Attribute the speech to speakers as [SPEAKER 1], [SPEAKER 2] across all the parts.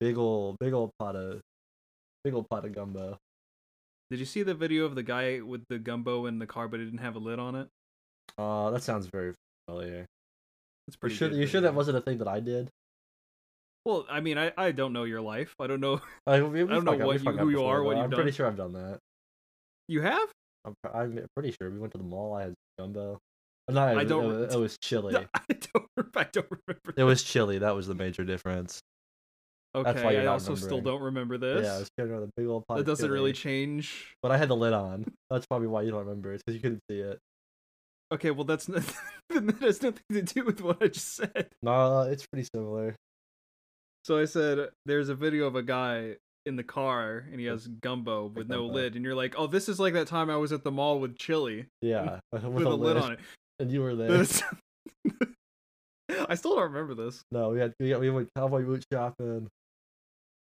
[SPEAKER 1] Big ol' big ol' pot of big ol' pot of gumbo.
[SPEAKER 2] Did you see the video of the guy with the gumbo in the car, but it didn't have a lid on it?
[SPEAKER 1] Oh, that sounds very familiar.
[SPEAKER 2] It's
[SPEAKER 1] You
[SPEAKER 2] pretty.
[SPEAKER 1] sure,
[SPEAKER 2] good
[SPEAKER 1] you sure that
[SPEAKER 2] video.
[SPEAKER 1] wasn't a thing that I did?
[SPEAKER 2] Well, I mean, I, I don't know your life. I don't know.
[SPEAKER 1] Like, we, we
[SPEAKER 2] I don't know
[SPEAKER 1] fuck up-
[SPEAKER 2] what
[SPEAKER 1] we
[SPEAKER 2] you-
[SPEAKER 1] fuck up
[SPEAKER 2] who you
[SPEAKER 1] before,
[SPEAKER 2] are, what
[SPEAKER 1] though.
[SPEAKER 2] you've
[SPEAKER 1] I'm pretty
[SPEAKER 2] done.
[SPEAKER 1] sure I've done that.
[SPEAKER 2] You have?
[SPEAKER 1] I'm, pr- I'm pretty sure we went to the mall. I had gumbo. Uh, No, it
[SPEAKER 2] I
[SPEAKER 1] was-
[SPEAKER 2] don't
[SPEAKER 1] It
[SPEAKER 2] re-
[SPEAKER 1] was, it was chilly.
[SPEAKER 2] No, I don't. rem- I don't remember.
[SPEAKER 1] It was chilly. That was the major difference.
[SPEAKER 2] Okay,
[SPEAKER 1] why you're
[SPEAKER 2] I
[SPEAKER 1] not
[SPEAKER 2] also still
[SPEAKER 1] remembering.
[SPEAKER 2] don't remember this.
[SPEAKER 1] Yeah, I was carrying around a big old pot.
[SPEAKER 2] that
[SPEAKER 1] of
[SPEAKER 2] doesn't really
[SPEAKER 1] chili,
[SPEAKER 2] change.
[SPEAKER 1] But I had the lid on. That's probably why you don't remember it because you couldn't see it.
[SPEAKER 2] Okay, well that's not, that has nothing to do with what I just said.
[SPEAKER 1] Nah, it's pretty similar.
[SPEAKER 2] So I said there's a video of a guy in the car and he has gumbo with no
[SPEAKER 1] gumbo.
[SPEAKER 2] lid, and you're like, oh, this is like that time I was at the mall with chili
[SPEAKER 1] Yeah, with,
[SPEAKER 2] with, a lid on it.
[SPEAKER 1] and you were there.
[SPEAKER 2] This- I still don't remember this.
[SPEAKER 1] no, we had we, we went cowboy boot shopping.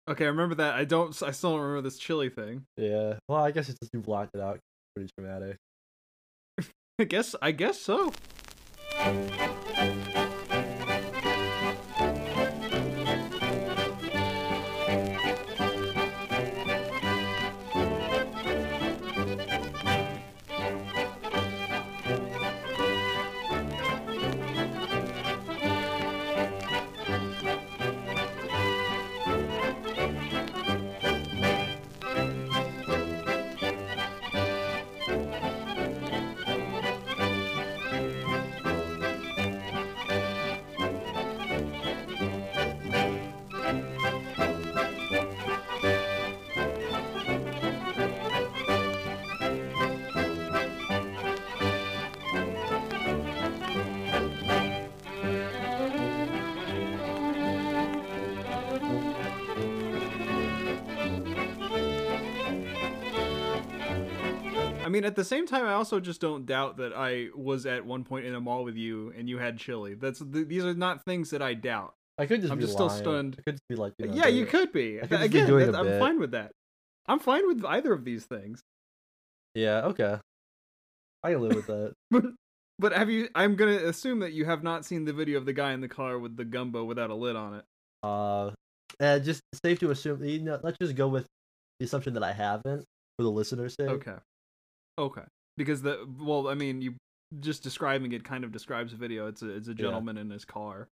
[SPEAKER 2] Okay, I remember that. I don't. I still don't remember this chili thing.
[SPEAKER 1] Yeah. Well, I guess it's just you blocked it out. Pretty traumatic.
[SPEAKER 2] I guess. I guess so. I mean, at the same time, I also just don't doubt that I was at one point in a mall with you and you had chili. That's th- these are not things that I doubt.
[SPEAKER 1] I could just.
[SPEAKER 2] I'm
[SPEAKER 1] be
[SPEAKER 2] just still
[SPEAKER 1] lying.
[SPEAKER 2] stunned.
[SPEAKER 1] I could just be like. You know,
[SPEAKER 2] yeah, you
[SPEAKER 1] doing-
[SPEAKER 2] could be.
[SPEAKER 1] I could just be
[SPEAKER 2] Again,
[SPEAKER 1] doing
[SPEAKER 2] that-
[SPEAKER 1] a
[SPEAKER 2] I'm
[SPEAKER 1] bit.
[SPEAKER 2] fine with that. I'm fine with either of these things.
[SPEAKER 1] Yeah. Okay. I can live with that.
[SPEAKER 2] But have you? I'm gonna assume that you have not seen the video of the guy in the car with the gumbo without a lid on it.
[SPEAKER 1] Uh, uh, just safe to assume. You know, let's just go with the assumption that I haven't for the listener's sake.
[SPEAKER 2] Okay. Okay. Because the well, I mean, you just describing it kind of describes a video. It's a it's a
[SPEAKER 1] Yeah.
[SPEAKER 2] gentleman in his car,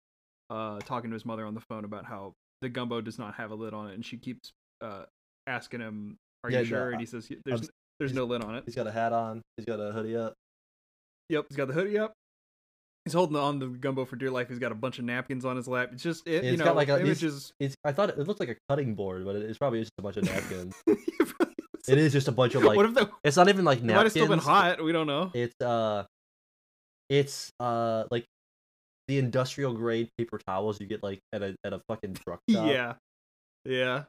[SPEAKER 2] uh, talking to his mother on the phone about how the gumbo does not have a lid on it, and she keeps uh asking him, "Are
[SPEAKER 1] Yeah,
[SPEAKER 2] you
[SPEAKER 1] no,
[SPEAKER 2] sure?"
[SPEAKER 1] I-
[SPEAKER 2] and he says, "Yeah, "There's
[SPEAKER 1] I'm-
[SPEAKER 2] there's
[SPEAKER 1] he's-
[SPEAKER 2] no lid on it."
[SPEAKER 1] He's got a hat on. He's got a hoodie up.
[SPEAKER 2] Yep, he's got the hoodie up. He's holding on to the gumbo for dear life. He's got a bunch of napkins on his lap. It's just it,
[SPEAKER 1] Yeah,
[SPEAKER 2] you
[SPEAKER 1] he's
[SPEAKER 2] know,
[SPEAKER 1] got, like, a- these-
[SPEAKER 2] images.
[SPEAKER 1] It's. I thought it, it looked like a cutting board, but it, it's probably just a bunch of napkins.
[SPEAKER 2] You probably-
[SPEAKER 1] it is just a bunch of like.
[SPEAKER 2] what if that
[SPEAKER 1] it's not even like
[SPEAKER 2] it
[SPEAKER 1] napkins.
[SPEAKER 2] might have still been hot? We don't know.
[SPEAKER 1] It's uh, it's uh like the industrial grade paper towels you get like at a at a fucking truck stop.
[SPEAKER 2] Yeah, yeah.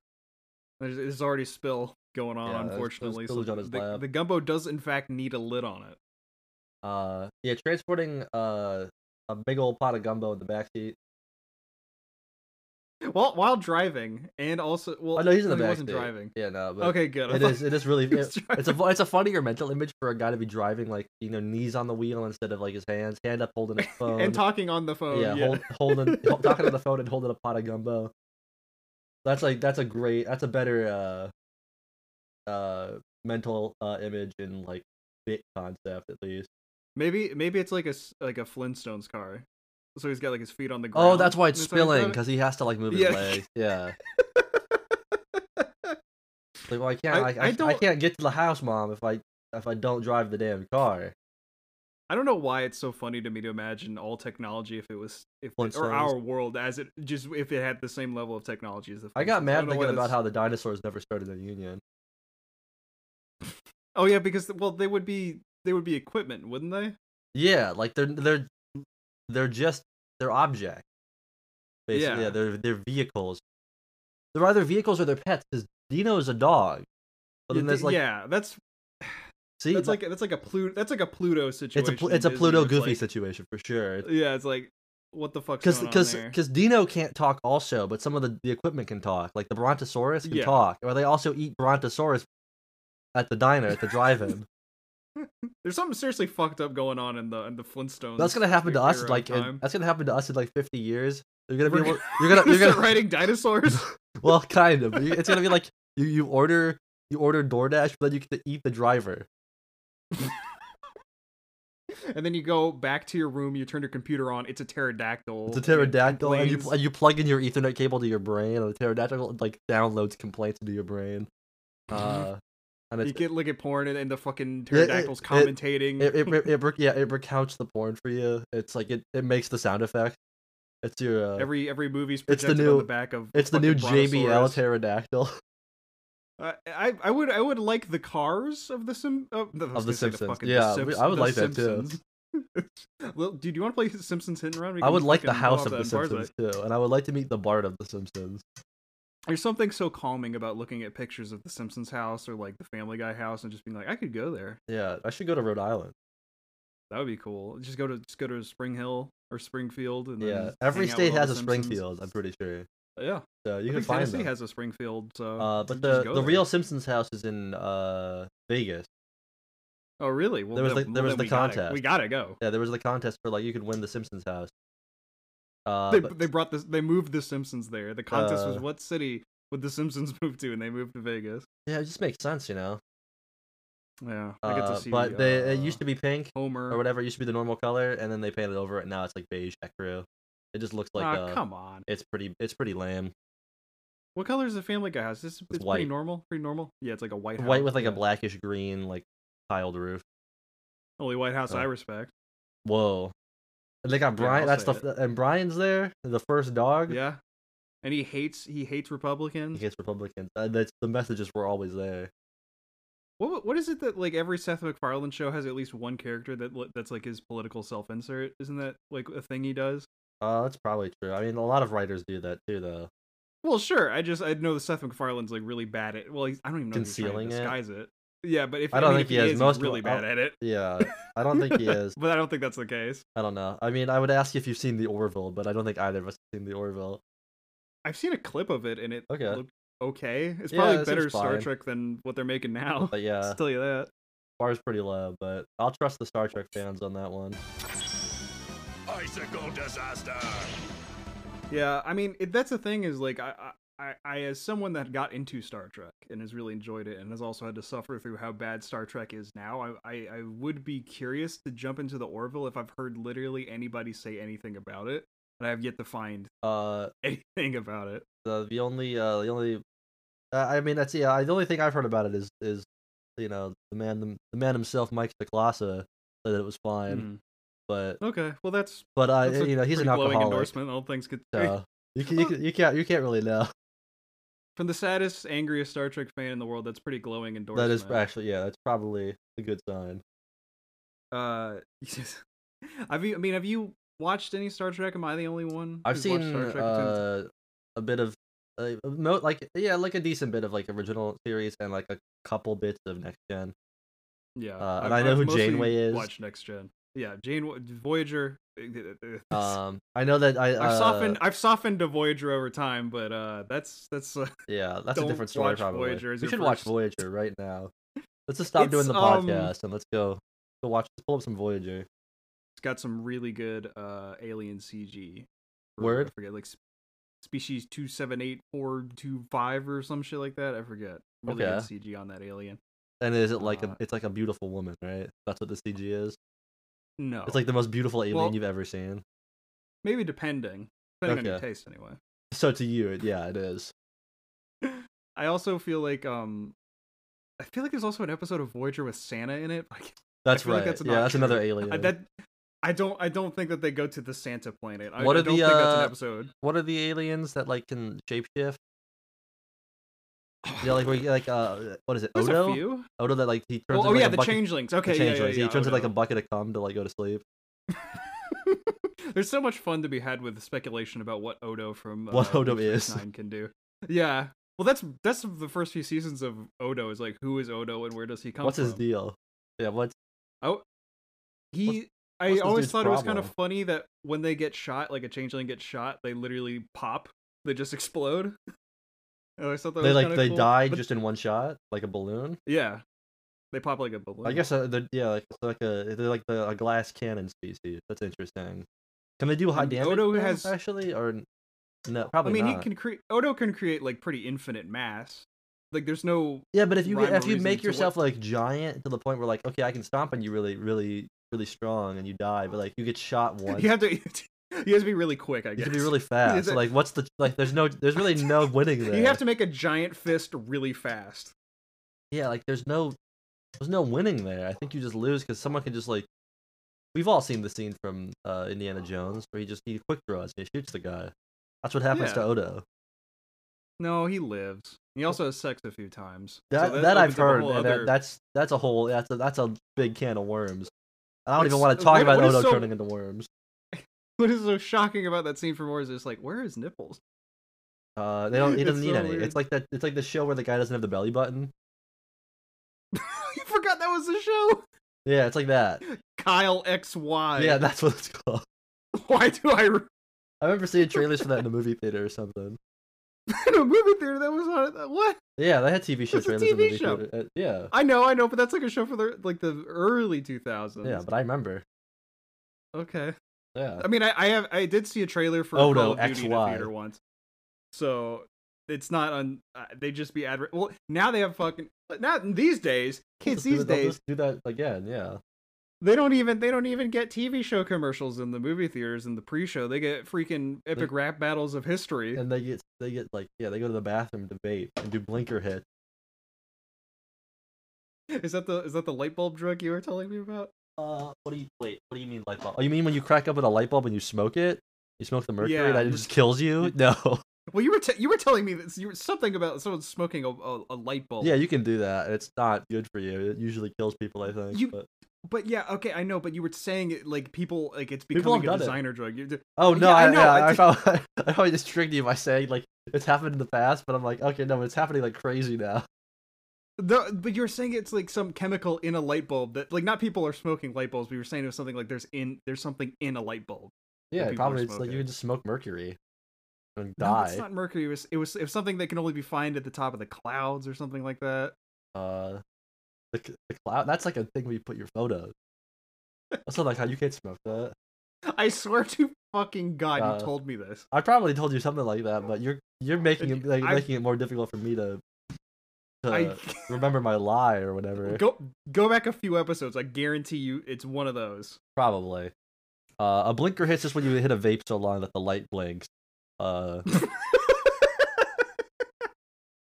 [SPEAKER 2] There's, there's already spill going on,
[SPEAKER 1] Yeah, there's- there's
[SPEAKER 2] unfortunately.
[SPEAKER 1] spillage on his
[SPEAKER 2] the,
[SPEAKER 1] lap.
[SPEAKER 2] the gumbo does, in fact, need a lid on it.
[SPEAKER 1] Uh, yeah, transporting uh a big old pot of gumbo in the backseat.
[SPEAKER 2] Well, while driving, and also, well,
[SPEAKER 1] Oh no, he's in the
[SPEAKER 2] he
[SPEAKER 1] backseat.
[SPEAKER 2] wasn't driving.
[SPEAKER 1] Yeah, no, but
[SPEAKER 2] Okay, good. I
[SPEAKER 1] it
[SPEAKER 2] thought
[SPEAKER 1] is. It is really.
[SPEAKER 2] he was
[SPEAKER 1] it- it's a
[SPEAKER 2] driving.
[SPEAKER 1] fu- it's a funnier mental image for a guy to be driving like you know knees on the wheel instead of like his hands, hand up holding his phone.
[SPEAKER 2] and talking on the phone.
[SPEAKER 1] yeah,
[SPEAKER 2] Oh, Yeah,
[SPEAKER 1] Hold, holding hol- talking on the phone and holding a pot of gumbo. That's like that's a great that's a better uh uh mental uh image in like bit concept at least.
[SPEAKER 2] maybe maybe it's like a s- like a Flintstones car. So he's got like his feet on the ground.
[SPEAKER 1] Oh, that's why it's
[SPEAKER 2] and like
[SPEAKER 1] spilling
[SPEAKER 2] that.
[SPEAKER 1] because he has to like move his
[SPEAKER 2] Yeah.
[SPEAKER 1] legs. Yeah. like, well, I can't.
[SPEAKER 2] I-
[SPEAKER 1] I,
[SPEAKER 2] I
[SPEAKER 1] I, I,
[SPEAKER 2] don't-
[SPEAKER 1] can't get to the house, mom, if I if I don't drive the damn car.
[SPEAKER 2] I don't know why it's so funny to me to imagine all technology if it was if it- or
[SPEAKER 1] Flintstones.
[SPEAKER 2] our world as it just if it had the same level of technology as the.
[SPEAKER 1] I
[SPEAKER 2] Flintstones.
[SPEAKER 1] got
[SPEAKER 2] don't
[SPEAKER 1] mad
[SPEAKER 2] know why
[SPEAKER 1] thinking about
[SPEAKER 2] that's-
[SPEAKER 1] how the dinosaurs never started a union.
[SPEAKER 2] Oh yeah, because well, they would be they would be equipment, wouldn't they?
[SPEAKER 1] Yeah, like they're they're they're just they're objects. Basically, yeah.
[SPEAKER 2] Yeah.
[SPEAKER 1] they're they're vehicles. They're either vehicles or they're pets. Because Dino is a dog, but then
[SPEAKER 2] Yeah,
[SPEAKER 1] there's like
[SPEAKER 2] yeah, that's
[SPEAKER 1] see,
[SPEAKER 2] that's
[SPEAKER 1] like,
[SPEAKER 2] like that's like a Pluto that's like a Pluto
[SPEAKER 1] it's
[SPEAKER 2] situation.
[SPEAKER 1] a pl- it's a
[SPEAKER 2] in Disney
[SPEAKER 1] Pluto
[SPEAKER 2] where it's
[SPEAKER 1] Goofy
[SPEAKER 2] like-
[SPEAKER 1] situation for sure.
[SPEAKER 2] Yeah, it's like what the fuck's
[SPEAKER 1] Because
[SPEAKER 2] going on there?
[SPEAKER 1] because Dino can't talk also, but some of the, the equipment can talk. Like the Brontosaurus can
[SPEAKER 2] Yeah.
[SPEAKER 1] talk, or they also eat Brontosaurus at the diner at the drive-in.
[SPEAKER 2] There's something seriously fucked up going on in the in the Flintstones.
[SPEAKER 1] that's gonna happen to us
[SPEAKER 2] era of
[SPEAKER 1] like in-
[SPEAKER 2] time.
[SPEAKER 1] that's gonna happen to us in like 50 years. You're gonna
[SPEAKER 2] We're
[SPEAKER 1] be able-
[SPEAKER 2] gonna-
[SPEAKER 1] you're gonna
[SPEAKER 2] We're
[SPEAKER 1] you're
[SPEAKER 2] gonna start
[SPEAKER 1] gonna
[SPEAKER 2] writing dinosaurs.
[SPEAKER 1] well, kind of. but you- It's gonna be like you, you order you order DoorDash, but then you get to eat the driver.
[SPEAKER 2] and then you go back to your room. You turn your computer on. It's a pterodactyl.
[SPEAKER 1] It's a
[SPEAKER 2] and it
[SPEAKER 1] pterodactyl, and you
[SPEAKER 2] complains.
[SPEAKER 1] pl- and you plug in your Ethernet cable to your brain, and the pterodactyl like downloads complaints into your brain. Uh, and
[SPEAKER 2] Mm-hmm. you
[SPEAKER 1] it's,
[SPEAKER 2] get look at porn, and, and the fucking
[SPEAKER 1] it-
[SPEAKER 2] pterodactyl's
[SPEAKER 1] it-
[SPEAKER 2] commentating.
[SPEAKER 1] it, it, it, it rec- yeah it recounts the porn for you. It's like it, it makes the sound effect. It's your uh,
[SPEAKER 2] every every movie's
[SPEAKER 1] it's the
[SPEAKER 2] projected on
[SPEAKER 1] new-
[SPEAKER 2] the back of.
[SPEAKER 1] it's the new
[SPEAKER 2] fucking
[SPEAKER 1] JBL
[SPEAKER 2] Brontosaurus.
[SPEAKER 1] pterodactyl.
[SPEAKER 2] Uh, I I would I would like the cars of the Sim of the, I was
[SPEAKER 1] the
[SPEAKER 2] gonna say
[SPEAKER 1] Simpsons.
[SPEAKER 2] fucking-
[SPEAKER 1] Yeah, we-
[SPEAKER 2] Simps-
[SPEAKER 1] I would
[SPEAKER 2] the
[SPEAKER 1] like that too.
[SPEAKER 2] Simpsons. well, dude, you want to play Simpsons Hit and Run? We
[SPEAKER 1] I
[SPEAKER 2] can
[SPEAKER 1] would like the
[SPEAKER 2] fucking go
[SPEAKER 1] house
[SPEAKER 2] off
[SPEAKER 1] of
[SPEAKER 2] that
[SPEAKER 1] the
[SPEAKER 2] in parts,
[SPEAKER 1] Simpsons
[SPEAKER 2] but
[SPEAKER 1] too, and I would like to meet the Bart of the Simpsons.
[SPEAKER 2] There's something so calming about looking at pictures of the Simpsons house or like the Family Guy house and just being like, I could go there.
[SPEAKER 1] Yeah, I should go to Rhode Island.
[SPEAKER 2] That would be cool. Just go to just go to Spring Hill or Springfield. And
[SPEAKER 1] Yeah,
[SPEAKER 2] then
[SPEAKER 1] every
[SPEAKER 2] hang out
[SPEAKER 1] state
[SPEAKER 2] with all
[SPEAKER 1] has
[SPEAKER 2] the
[SPEAKER 1] a
[SPEAKER 2] Simpsons.
[SPEAKER 1] Springfield. I'm pretty sure.
[SPEAKER 2] Yeah,
[SPEAKER 1] So you can
[SPEAKER 2] I think
[SPEAKER 1] find
[SPEAKER 2] Tennessee
[SPEAKER 1] them.
[SPEAKER 2] has a Springfield. So
[SPEAKER 1] uh,
[SPEAKER 2] just
[SPEAKER 1] but the
[SPEAKER 2] go
[SPEAKER 1] the
[SPEAKER 2] there.
[SPEAKER 1] real Simpsons house is in uh Vegas.
[SPEAKER 2] oh really? Well,
[SPEAKER 1] there was
[SPEAKER 2] then-
[SPEAKER 1] the-
[SPEAKER 2] well,
[SPEAKER 1] there was
[SPEAKER 2] then
[SPEAKER 1] the
[SPEAKER 2] we gotta-
[SPEAKER 1] contest.
[SPEAKER 2] We gotta go.
[SPEAKER 1] Yeah, there was the contest for like you could win the Simpsons house. Uh,
[SPEAKER 2] they,
[SPEAKER 1] but-
[SPEAKER 2] they brought this they moved the simpsons there the contest was
[SPEAKER 1] Uh,
[SPEAKER 2] what city would the simpsons move to and they moved to vegas
[SPEAKER 1] yeah, it just makes sense, you know.
[SPEAKER 2] yeah i get
[SPEAKER 1] Uh,
[SPEAKER 2] to see
[SPEAKER 1] but they it used
[SPEAKER 2] uh,
[SPEAKER 1] to be pink
[SPEAKER 2] homer
[SPEAKER 1] or whatever. It used to be the normal color, and then they painted over it. Now it's like beige ecru. It just looks like
[SPEAKER 2] Aw,
[SPEAKER 1] uh,
[SPEAKER 2] Ah, come on
[SPEAKER 1] it's pretty it's pretty lame.
[SPEAKER 2] what color is the family guy house it's, it's, pretty
[SPEAKER 1] white.
[SPEAKER 2] normal pretty normal yeah it's like a white
[SPEAKER 1] White
[SPEAKER 2] house,
[SPEAKER 1] with like
[SPEAKER 2] yeah.
[SPEAKER 1] a blackish green like tiled roof.
[SPEAKER 2] only white house
[SPEAKER 1] Oh.
[SPEAKER 2] i respect
[SPEAKER 1] Whoa. And they got
[SPEAKER 2] Yeah,
[SPEAKER 1] Brian.
[SPEAKER 2] I'll
[SPEAKER 1] that's
[SPEAKER 2] say
[SPEAKER 1] the f- and Brian's there, the first dog.
[SPEAKER 2] yeah and he hates he hates
[SPEAKER 1] He
[SPEAKER 2] republicans
[SPEAKER 1] hates Republicans. Uh, that's the messages were always there.
[SPEAKER 2] what what is it that like every seth macfarlane show has at least one character that li- that's like his political self-insert isn't that like a thing he does
[SPEAKER 1] Uh, that's probably true. I mean, a lot of writers do that too, though.
[SPEAKER 2] Well, sure. I just I know that Seth MacFarlane's like really bad at. Well, he's, I don't even know
[SPEAKER 1] Concealing
[SPEAKER 2] if
[SPEAKER 1] it?
[SPEAKER 2] he's trying to disguise it. Yeah, but if
[SPEAKER 1] I
[SPEAKER 2] I
[SPEAKER 1] don't
[SPEAKER 2] mean,
[SPEAKER 1] think
[SPEAKER 2] if
[SPEAKER 1] he
[SPEAKER 2] he,
[SPEAKER 1] has.
[SPEAKER 2] is,
[SPEAKER 1] Most
[SPEAKER 2] he's really
[SPEAKER 1] of-
[SPEAKER 2] bad at it.
[SPEAKER 1] Yeah, I don't think he is.
[SPEAKER 2] but I don't think that's the case.
[SPEAKER 1] I don't know. I mean, I would ask if you've seen the Orville, but I don't think either of us have seen the Orville.
[SPEAKER 2] I've seen a clip of it and it
[SPEAKER 1] Okay.
[SPEAKER 2] looked okay. It's
[SPEAKER 1] Yeah,
[SPEAKER 2] probably
[SPEAKER 1] it seems
[SPEAKER 2] better Star
[SPEAKER 1] fine. uh,
[SPEAKER 2] Trek than what they're making now.
[SPEAKER 1] But yeah,
[SPEAKER 2] I'll tell you that.
[SPEAKER 1] bar's pretty low. But I'll trust the Star Trek fans on that one.
[SPEAKER 3] Icicle disaster.
[SPEAKER 2] Yeah, I mean it, that's the thing is like I. I I, I, as someone that got into Star Trek and has really enjoyed it, and has also had to suffer through how bad Star Trek is now, I, I, I would be curious to jump into the Orville if I've heard literally anybody say anything about it, and I have yet to find
[SPEAKER 1] Uh,
[SPEAKER 2] anything about it.
[SPEAKER 1] the the only uh the only, uh, I mean that's yeah. I- The only thing I've heard about it is is, you know, the man the, man himself, Mike Ciclassa, said that it was fine. But
[SPEAKER 2] Hmm. Okay, well that's,
[SPEAKER 1] but uh,
[SPEAKER 2] Mm. that's a
[SPEAKER 1] you know, he's an
[SPEAKER 2] pretty glowing
[SPEAKER 1] alcoholic.
[SPEAKER 2] endorsement. All things could
[SPEAKER 1] So you can, you can you can't you can't really know.
[SPEAKER 2] from the saddest, angriest Star Trek fan in the world. That's pretty glowing endorsement.
[SPEAKER 1] That is actually yeah, that's probably a good sign.
[SPEAKER 2] Uh, have you? I mean, have you watched any Star Trek? Am I the only one?
[SPEAKER 1] I've
[SPEAKER 2] who's
[SPEAKER 1] seen
[SPEAKER 2] watched Star Trek
[SPEAKER 1] uh,
[SPEAKER 2] since-
[SPEAKER 1] a bit of uh, mo- like yeah, like a decent bit of like original series and like a couple bits of next gen.
[SPEAKER 2] yeah,
[SPEAKER 1] uh, and
[SPEAKER 2] I've-
[SPEAKER 1] I know
[SPEAKER 2] I've
[SPEAKER 1] who
[SPEAKER 2] mostly
[SPEAKER 1] Janeway is.
[SPEAKER 2] Watched Next Gen. Yeah, Jane Voyager. eh,
[SPEAKER 1] Um, I know that I
[SPEAKER 2] I've
[SPEAKER 1] uh,
[SPEAKER 2] softened. I've softened to Voyager over time, but uh, that's that's. Uh,
[SPEAKER 1] Yeah, that's a
[SPEAKER 2] Don't
[SPEAKER 1] different story.
[SPEAKER 2] watch
[SPEAKER 1] Probably
[SPEAKER 2] Voyager as
[SPEAKER 1] we
[SPEAKER 2] your
[SPEAKER 1] should watch
[SPEAKER 2] first-
[SPEAKER 1] Voyager right now. Let's just stop doing
[SPEAKER 2] It's,
[SPEAKER 1] the
[SPEAKER 2] um,
[SPEAKER 1] podcast and let's go go watch. Let's pull up some Voyager.
[SPEAKER 2] It's got some really good uh alien CG. Or
[SPEAKER 1] Word?
[SPEAKER 2] I forget like sp- species two seven eight four two five or some shit like that. I forget. Really good
[SPEAKER 1] Okay.
[SPEAKER 2] CG on that alien.
[SPEAKER 1] And is it like
[SPEAKER 2] uh,
[SPEAKER 1] a? It's like a beautiful woman, right? That's what the CG is.
[SPEAKER 2] No,
[SPEAKER 1] It's like the most beautiful alien
[SPEAKER 2] Oh. Well-
[SPEAKER 1] you've ever seen.
[SPEAKER 2] maybe depending, depending on your
[SPEAKER 1] Okay.
[SPEAKER 2] taste anyway.
[SPEAKER 1] So to you, it, yeah, it is.
[SPEAKER 2] I also feel like um, I feel like there's also an episode of Voyager with Santa in it. but I can't-
[SPEAKER 1] That's
[SPEAKER 2] feel
[SPEAKER 1] right.
[SPEAKER 2] like that's
[SPEAKER 1] yeah,
[SPEAKER 2] not
[SPEAKER 1] that's another
[SPEAKER 2] true.
[SPEAKER 1] alien.
[SPEAKER 2] I, uh, that I don't I don't think that they go to the Santa planet. I,
[SPEAKER 1] What
[SPEAKER 2] I
[SPEAKER 1] are
[SPEAKER 2] don't
[SPEAKER 1] the,
[SPEAKER 2] think that's an
[SPEAKER 1] uh,
[SPEAKER 2] episode.
[SPEAKER 1] What are the aliens that like can shapeshift? Yeah, like where you- like uh, what is it?
[SPEAKER 2] There's
[SPEAKER 1] Odo.
[SPEAKER 2] a few.
[SPEAKER 1] Odo that like he turns.
[SPEAKER 2] Oh,
[SPEAKER 1] into,
[SPEAKER 2] oh
[SPEAKER 1] like,
[SPEAKER 2] yeah,
[SPEAKER 1] a
[SPEAKER 2] the
[SPEAKER 1] bucket,
[SPEAKER 2] changelings.
[SPEAKER 1] the
[SPEAKER 2] Okay, yeah,
[SPEAKER 1] changelings.
[SPEAKER 2] yeah,
[SPEAKER 1] he
[SPEAKER 2] yeah,
[SPEAKER 1] turns into like a
[SPEAKER 2] Odo.
[SPEAKER 1] bucket of cum to like go to sleep.
[SPEAKER 2] There's so much fun to be had with speculation about what Odo from uh,
[SPEAKER 1] What Odo
[SPEAKER 2] Deep Space
[SPEAKER 1] is.
[SPEAKER 2] Nine can do. Yeah. Well, that's that's the first few seasons of Odo is like who is Odo and where does he come
[SPEAKER 1] What's
[SPEAKER 2] from?
[SPEAKER 1] his deal? Yeah, what's
[SPEAKER 2] He.
[SPEAKER 1] what's
[SPEAKER 2] I
[SPEAKER 1] this
[SPEAKER 2] always
[SPEAKER 1] dude's
[SPEAKER 2] thought it was kind
[SPEAKER 1] problem?
[SPEAKER 2] of funny that when they get shot, like a changeling gets shot, they literally pop. They just explode. I always thought that
[SPEAKER 1] they
[SPEAKER 2] was
[SPEAKER 1] like
[SPEAKER 2] kinda
[SPEAKER 1] they
[SPEAKER 2] cool.
[SPEAKER 1] die
[SPEAKER 2] But-
[SPEAKER 1] just in one shot, like a balloon.
[SPEAKER 2] yeah, they pop like a balloon.
[SPEAKER 1] I guess uh, they're, yeah, like it's like a they're like the a glass cannon species. That's interesting. Can they do high
[SPEAKER 2] And
[SPEAKER 1] damage?
[SPEAKER 2] Odo
[SPEAKER 1] though,
[SPEAKER 2] has-
[SPEAKER 1] actually or No,
[SPEAKER 2] I
[SPEAKER 1] probably
[SPEAKER 2] mean,
[SPEAKER 1] not.
[SPEAKER 2] he can create Odo can create like pretty infinite mass. Like there's no
[SPEAKER 1] Yeah, but if you get,
[SPEAKER 2] rhyme or
[SPEAKER 1] if you
[SPEAKER 2] reason
[SPEAKER 1] make
[SPEAKER 2] to what-
[SPEAKER 1] yourself like giant to the point where like okay, I can stomp on you really, really, really strong, and you die, but like you get shot once,
[SPEAKER 2] you have to you have to be really quick. I
[SPEAKER 1] you
[SPEAKER 2] guess
[SPEAKER 1] can be really fast. So,
[SPEAKER 2] it-
[SPEAKER 1] like, what's the like? There's no, there's really no winning there.
[SPEAKER 2] You have to make a giant fist really fast.
[SPEAKER 1] yeah, like there's no, there's no winning there. I think you just lose because someone can just like, we've all seen the scene from uh, Indiana Jones where he just he quick draws and he shoots the guy. That's what happens to
[SPEAKER 2] Yeah.
[SPEAKER 1] Odo.
[SPEAKER 2] No, he lives. He also has sex a few times. So
[SPEAKER 1] That that, I've
[SPEAKER 2] opens up a
[SPEAKER 1] heard.
[SPEAKER 2] whole
[SPEAKER 1] and
[SPEAKER 2] other-
[SPEAKER 1] that, that's that's a whole that's a, that's a big can of worms. I don't even
[SPEAKER 2] It's-
[SPEAKER 1] want to talk
[SPEAKER 2] what-
[SPEAKER 1] about
[SPEAKER 2] what is
[SPEAKER 1] Odo
[SPEAKER 2] so-
[SPEAKER 1] turning into worms.
[SPEAKER 2] what is so shocking about that scene from War is it's like, where are his nipples?
[SPEAKER 1] Uh, they don't. He
[SPEAKER 2] It's
[SPEAKER 1] doesn't need
[SPEAKER 2] so
[SPEAKER 1] any.
[SPEAKER 2] weird.
[SPEAKER 1] It's like that. It's like the show where the guy doesn't have the belly button.
[SPEAKER 2] you forgot that was the show.
[SPEAKER 1] Yeah, it's like that.
[SPEAKER 2] Kyle X Y.
[SPEAKER 1] yeah, that's what it's called.
[SPEAKER 2] Why do I re-
[SPEAKER 1] I remember seeing trailers for that in the movie theater or something.
[SPEAKER 2] in a movie theater that was on that- what?
[SPEAKER 1] Yeah, they had TV show
[SPEAKER 2] It's a
[SPEAKER 1] trailers in the
[SPEAKER 2] TV
[SPEAKER 1] movie
[SPEAKER 2] show.
[SPEAKER 1] theater. Uh, yeah,
[SPEAKER 2] I know, I know, but that's like a show for the like the early two thousands.
[SPEAKER 1] yeah, but I remember.
[SPEAKER 2] okay.
[SPEAKER 1] Yeah,
[SPEAKER 2] I mean, I, I have I did see a trailer for
[SPEAKER 1] Oh,
[SPEAKER 2] Call
[SPEAKER 1] no,
[SPEAKER 2] of Duty in a
[SPEAKER 1] XY.
[SPEAKER 2] theater once, so it's not on. Uh, they just be adver- Well, now they have fucking. But not these days,
[SPEAKER 1] They'll
[SPEAKER 2] kids
[SPEAKER 1] just do
[SPEAKER 2] these
[SPEAKER 1] that- they'll
[SPEAKER 2] days
[SPEAKER 1] just do that again. Yeah,
[SPEAKER 2] they don't even they don't even get TV show commercials in the movie theaters in the pre-show. They get freaking epic rap battles of history.
[SPEAKER 1] and they get they get like yeah they go to the bathroom to vape and do blinker hits.
[SPEAKER 2] Is that the is that the light bulb drug you were telling me about?
[SPEAKER 1] Uh, what do you wait? What do you mean light bulb? Oh, you mean when you crack open a light bulb and you smoke it? You smoke the mercury
[SPEAKER 2] Yeah,
[SPEAKER 1] that
[SPEAKER 2] you-
[SPEAKER 1] just kills you? No.
[SPEAKER 2] Well, you were te- you were telling me this, you were something about someone smoking a, a, a light bulb.
[SPEAKER 1] Yeah, you can do that. and It's not good for you. It usually kills people. I think.
[SPEAKER 2] You-
[SPEAKER 1] but-
[SPEAKER 2] but yeah, okay, I know. But you were saying it like people like it's
[SPEAKER 1] People have
[SPEAKER 2] becoming a
[SPEAKER 1] done it.
[SPEAKER 2] designer drug. You,
[SPEAKER 1] Oh no!
[SPEAKER 2] Yeah, I
[SPEAKER 1] I,
[SPEAKER 2] know,
[SPEAKER 1] Yeah,
[SPEAKER 2] I
[SPEAKER 1] I,
[SPEAKER 2] did-
[SPEAKER 1] probably, I probably just tricked you by saying like it's happened in the past, but I'm like, okay, no, it's happening like crazy now.
[SPEAKER 2] the, but you were saying it's like some chemical in a light bulb that like not people are smoking light bulbs. But you were saying it was something like there's in there's something in a light bulb.
[SPEAKER 1] Yeah,
[SPEAKER 2] people are
[SPEAKER 1] probably it's like you
[SPEAKER 2] smoking.
[SPEAKER 1] can just smoke mercury and
[SPEAKER 2] No,
[SPEAKER 1] die.
[SPEAKER 2] it's not mercury. It was it was it was something that can only be found at the top of the clouds or something like that.
[SPEAKER 1] Uh, the, c- the cloud. That's like a thing where you put your photos. That's not like how you can't smoke that.
[SPEAKER 2] I swear to fucking god,
[SPEAKER 1] Uh,
[SPEAKER 2] you told me this.
[SPEAKER 1] I probably told you something like that, but you're you're making it like,
[SPEAKER 2] I-
[SPEAKER 1] making it more difficult for me to to
[SPEAKER 2] I
[SPEAKER 1] remember my lie or whatever.
[SPEAKER 2] go go back a few episodes. I guarantee you, it's one of those.
[SPEAKER 1] Probably. Uh, a blinker hits is when you hit a vape so long that the light blinks. Uh,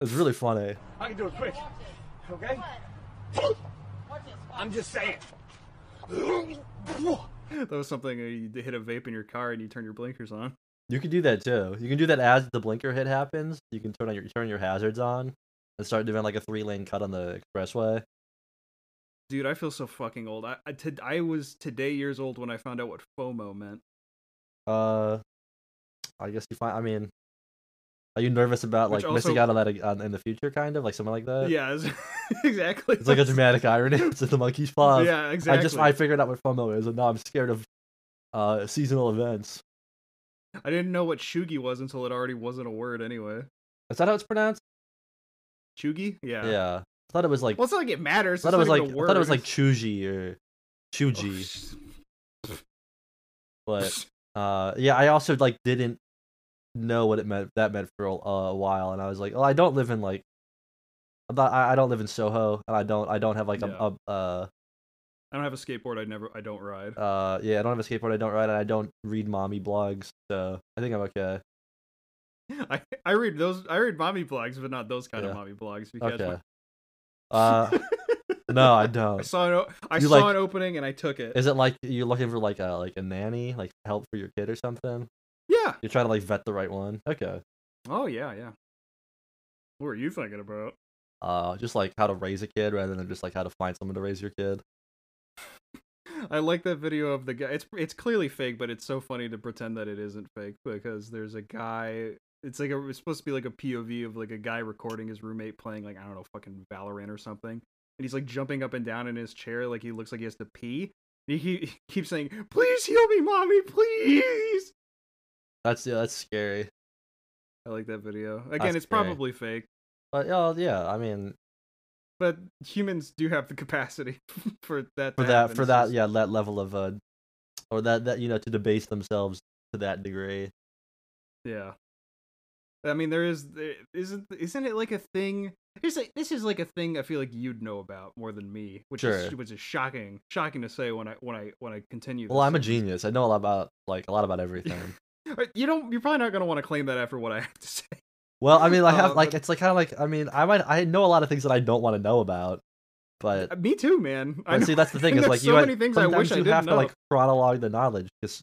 [SPEAKER 1] it's really funny.
[SPEAKER 3] I can do it quick. Okay? I'm just saying.
[SPEAKER 2] That was something where you hit a vape in your car and you turn your blinkers on.
[SPEAKER 1] You can do that too. You can do that as the blinker hit happens. You can turn on your turn your hazards on and start doing like a three lane cut on the expressway.
[SPEAKER 2] Dude, I feel so fucking old. I I, to- I was today years old when I found out what FOMO meant.
[SPEAKER 1] Uh, I guess you find. I mean, are you nervous about
[SPEAKER 2] Which
[SPEAKER 1] like missing out
[SPEAKER 2] also-
[SPEAKER 1] on that ag- on, in the future? Kind of like something like that.
[SPEAKER 2] yeah, it's- exactly.
[SPEAKER 1] Uh, It's like a dramatic irony. It's in the monkey's paw.
[SPEAKER 2] Yeah, exactly.
[SPEAKER 1] I just I figured out what FOMO is, and now I'm scared of uh seasonal events.
[SPEAKER 2] I didn't know what shugi was until it already wasn't a word anyway.
[SPEAKER 1] Is that how it's pronounced?
[SPEAKER 2] Shugi? Yeah.
[SPEAKER 1] Yeah. I thought it was like
[SPEAKER 2] Well, it's not like it matters.
[SPEAKER 1] I thought it was
[SPEAKER 2] it's not
[SPEAKER 1] like
[SPEAKER 2] even a
[SPEAKER 1] I thought it was
[SPEAKER 2] word. Oh,
[SPEAKER 1] like Chuji or Chuji. but uh yeah i also like didn't know what it meant that meant for a, a while and i was like oh i don't live in like i'm not i, I don't live in soho and i don't i don't have like
[SPEAKER 2] Yeah.
[SPEAKER 1] a, a uh
[SPEAKER 2] I don't have a skateboard. I never. I don't ride.
[SPEAKER 1] uh yeah i don't have a skateboard i don't ride and i don't read mommy blogs so i think i'm okay
[SPEAKER 2] I, I read those. I read mommy blogs, but not those kind
[SPEAKER 1] Yeah.
[SPEAKER 2] of mommy blogs. You catch my-
[SPEAKER 1] okay uh no i
[SPEAKER 2] I
[SPEAKER 1] don't
[SPEAKER 2] saw an. o- I
[SPEAKER 1] You
[SPEAKER 2] saw
[SPEAKER 1] like-
[SPEAKER 2] an opening and I took it.
[SPEAKER 1] is it like you're looking for like a like a nanny like help for your kid or something
[SPEAKER 2] Yeah.
[SPEAKER 1] you're trying to like vet the right one okay
[SPEAKER 2] Oh yeah, yeah. What were you thinking about?
[SPEAKER 1] uh just like how to raise a kid rather than just like how to find someone to raise your kid
[SPEAKER 2] I like that video of the guy. It's it's clearly fake, but it's so funny to pretend that it isn't fake because there's a guy. It's like a, it's supposed to be like a POV of like a guy recording his roommate playing like I don't know fucking Valorant or something, and he's like jumping up and down in his chair like he looks like he has to pee. And He, he keeps saying, "Please heal me, mommy, please."
[SPEAKER 1] that's yeah that's scary
[SPEAKER 2] I like that video. Again,
[SPEAKER 1] That's
[SPEAKER 2] it's
[SPEAKER 1] great.
[SPEAKER 2] probably fake,
[SPEAKER 1] But oh yeah, I mean
[SPEAKER 2] but humans do have the capacity for that.
[SPEAKER 1] for
[SPEAKER 2] to
[SPEAKER 1] that
[SPEAKER 2] happen.
[SPEAKER 1] for
[SPEAKER 2] It's
[SPEAKER 1] that
[SPEAKER 2] just-
[SPEAKER 1] yeah that level of uh or that that you know to debase themselves to that degree.
[SPEAKER 2] yeah. I mean, there is there, isn't isn't it like a thing? Here's a, this is like a thing I feel like you'd know about more than me, which is
[SPEAKER 1] Sure.
[SPEAKER 2] which is shocking, shocking to say when I when I when I continue.
[SPEAKER 1] Well,
[SPEAKER 2] this.
[SPEAKER 1] I'm a genius. I know a lot about like a lot about everything.
[SPEAKER 2] Right, You don't. You're probably not gonna want to claim that after what I have to say.
[SPEAKER 1] Well, I mean, I have
[SPEAKER 2] Uh,
[SPEAKER 1] like
[SPEAKER 2] but-
[SPEAKER 1] it's like kind of like I mean, I might I know a lot of things that I don't want to know about, but
[SPEAKER 2] Uh, Me too, man. I
[SPEAKER 1] but
[SPEAKER 2] know-
[SPEAKER 1] see that's the
[SPEAKER 2] I
[SPEAKER 1] thing is
[SPEAKER 2] know
[SPEAKER 1] like
[SPEAKER 2] so
[SPEAKER 1] you had-
[SPEAKER 2] many things I wish
[SPEAKER 1] sometimes
[SPEAKER 2] I
[SPEAKER 1] you
[SPEAKER 2] didn't
[SPEAKER 1] have to
[SPEAKER 2] know.
[SPEAKER 1] like chronologue the knowledge because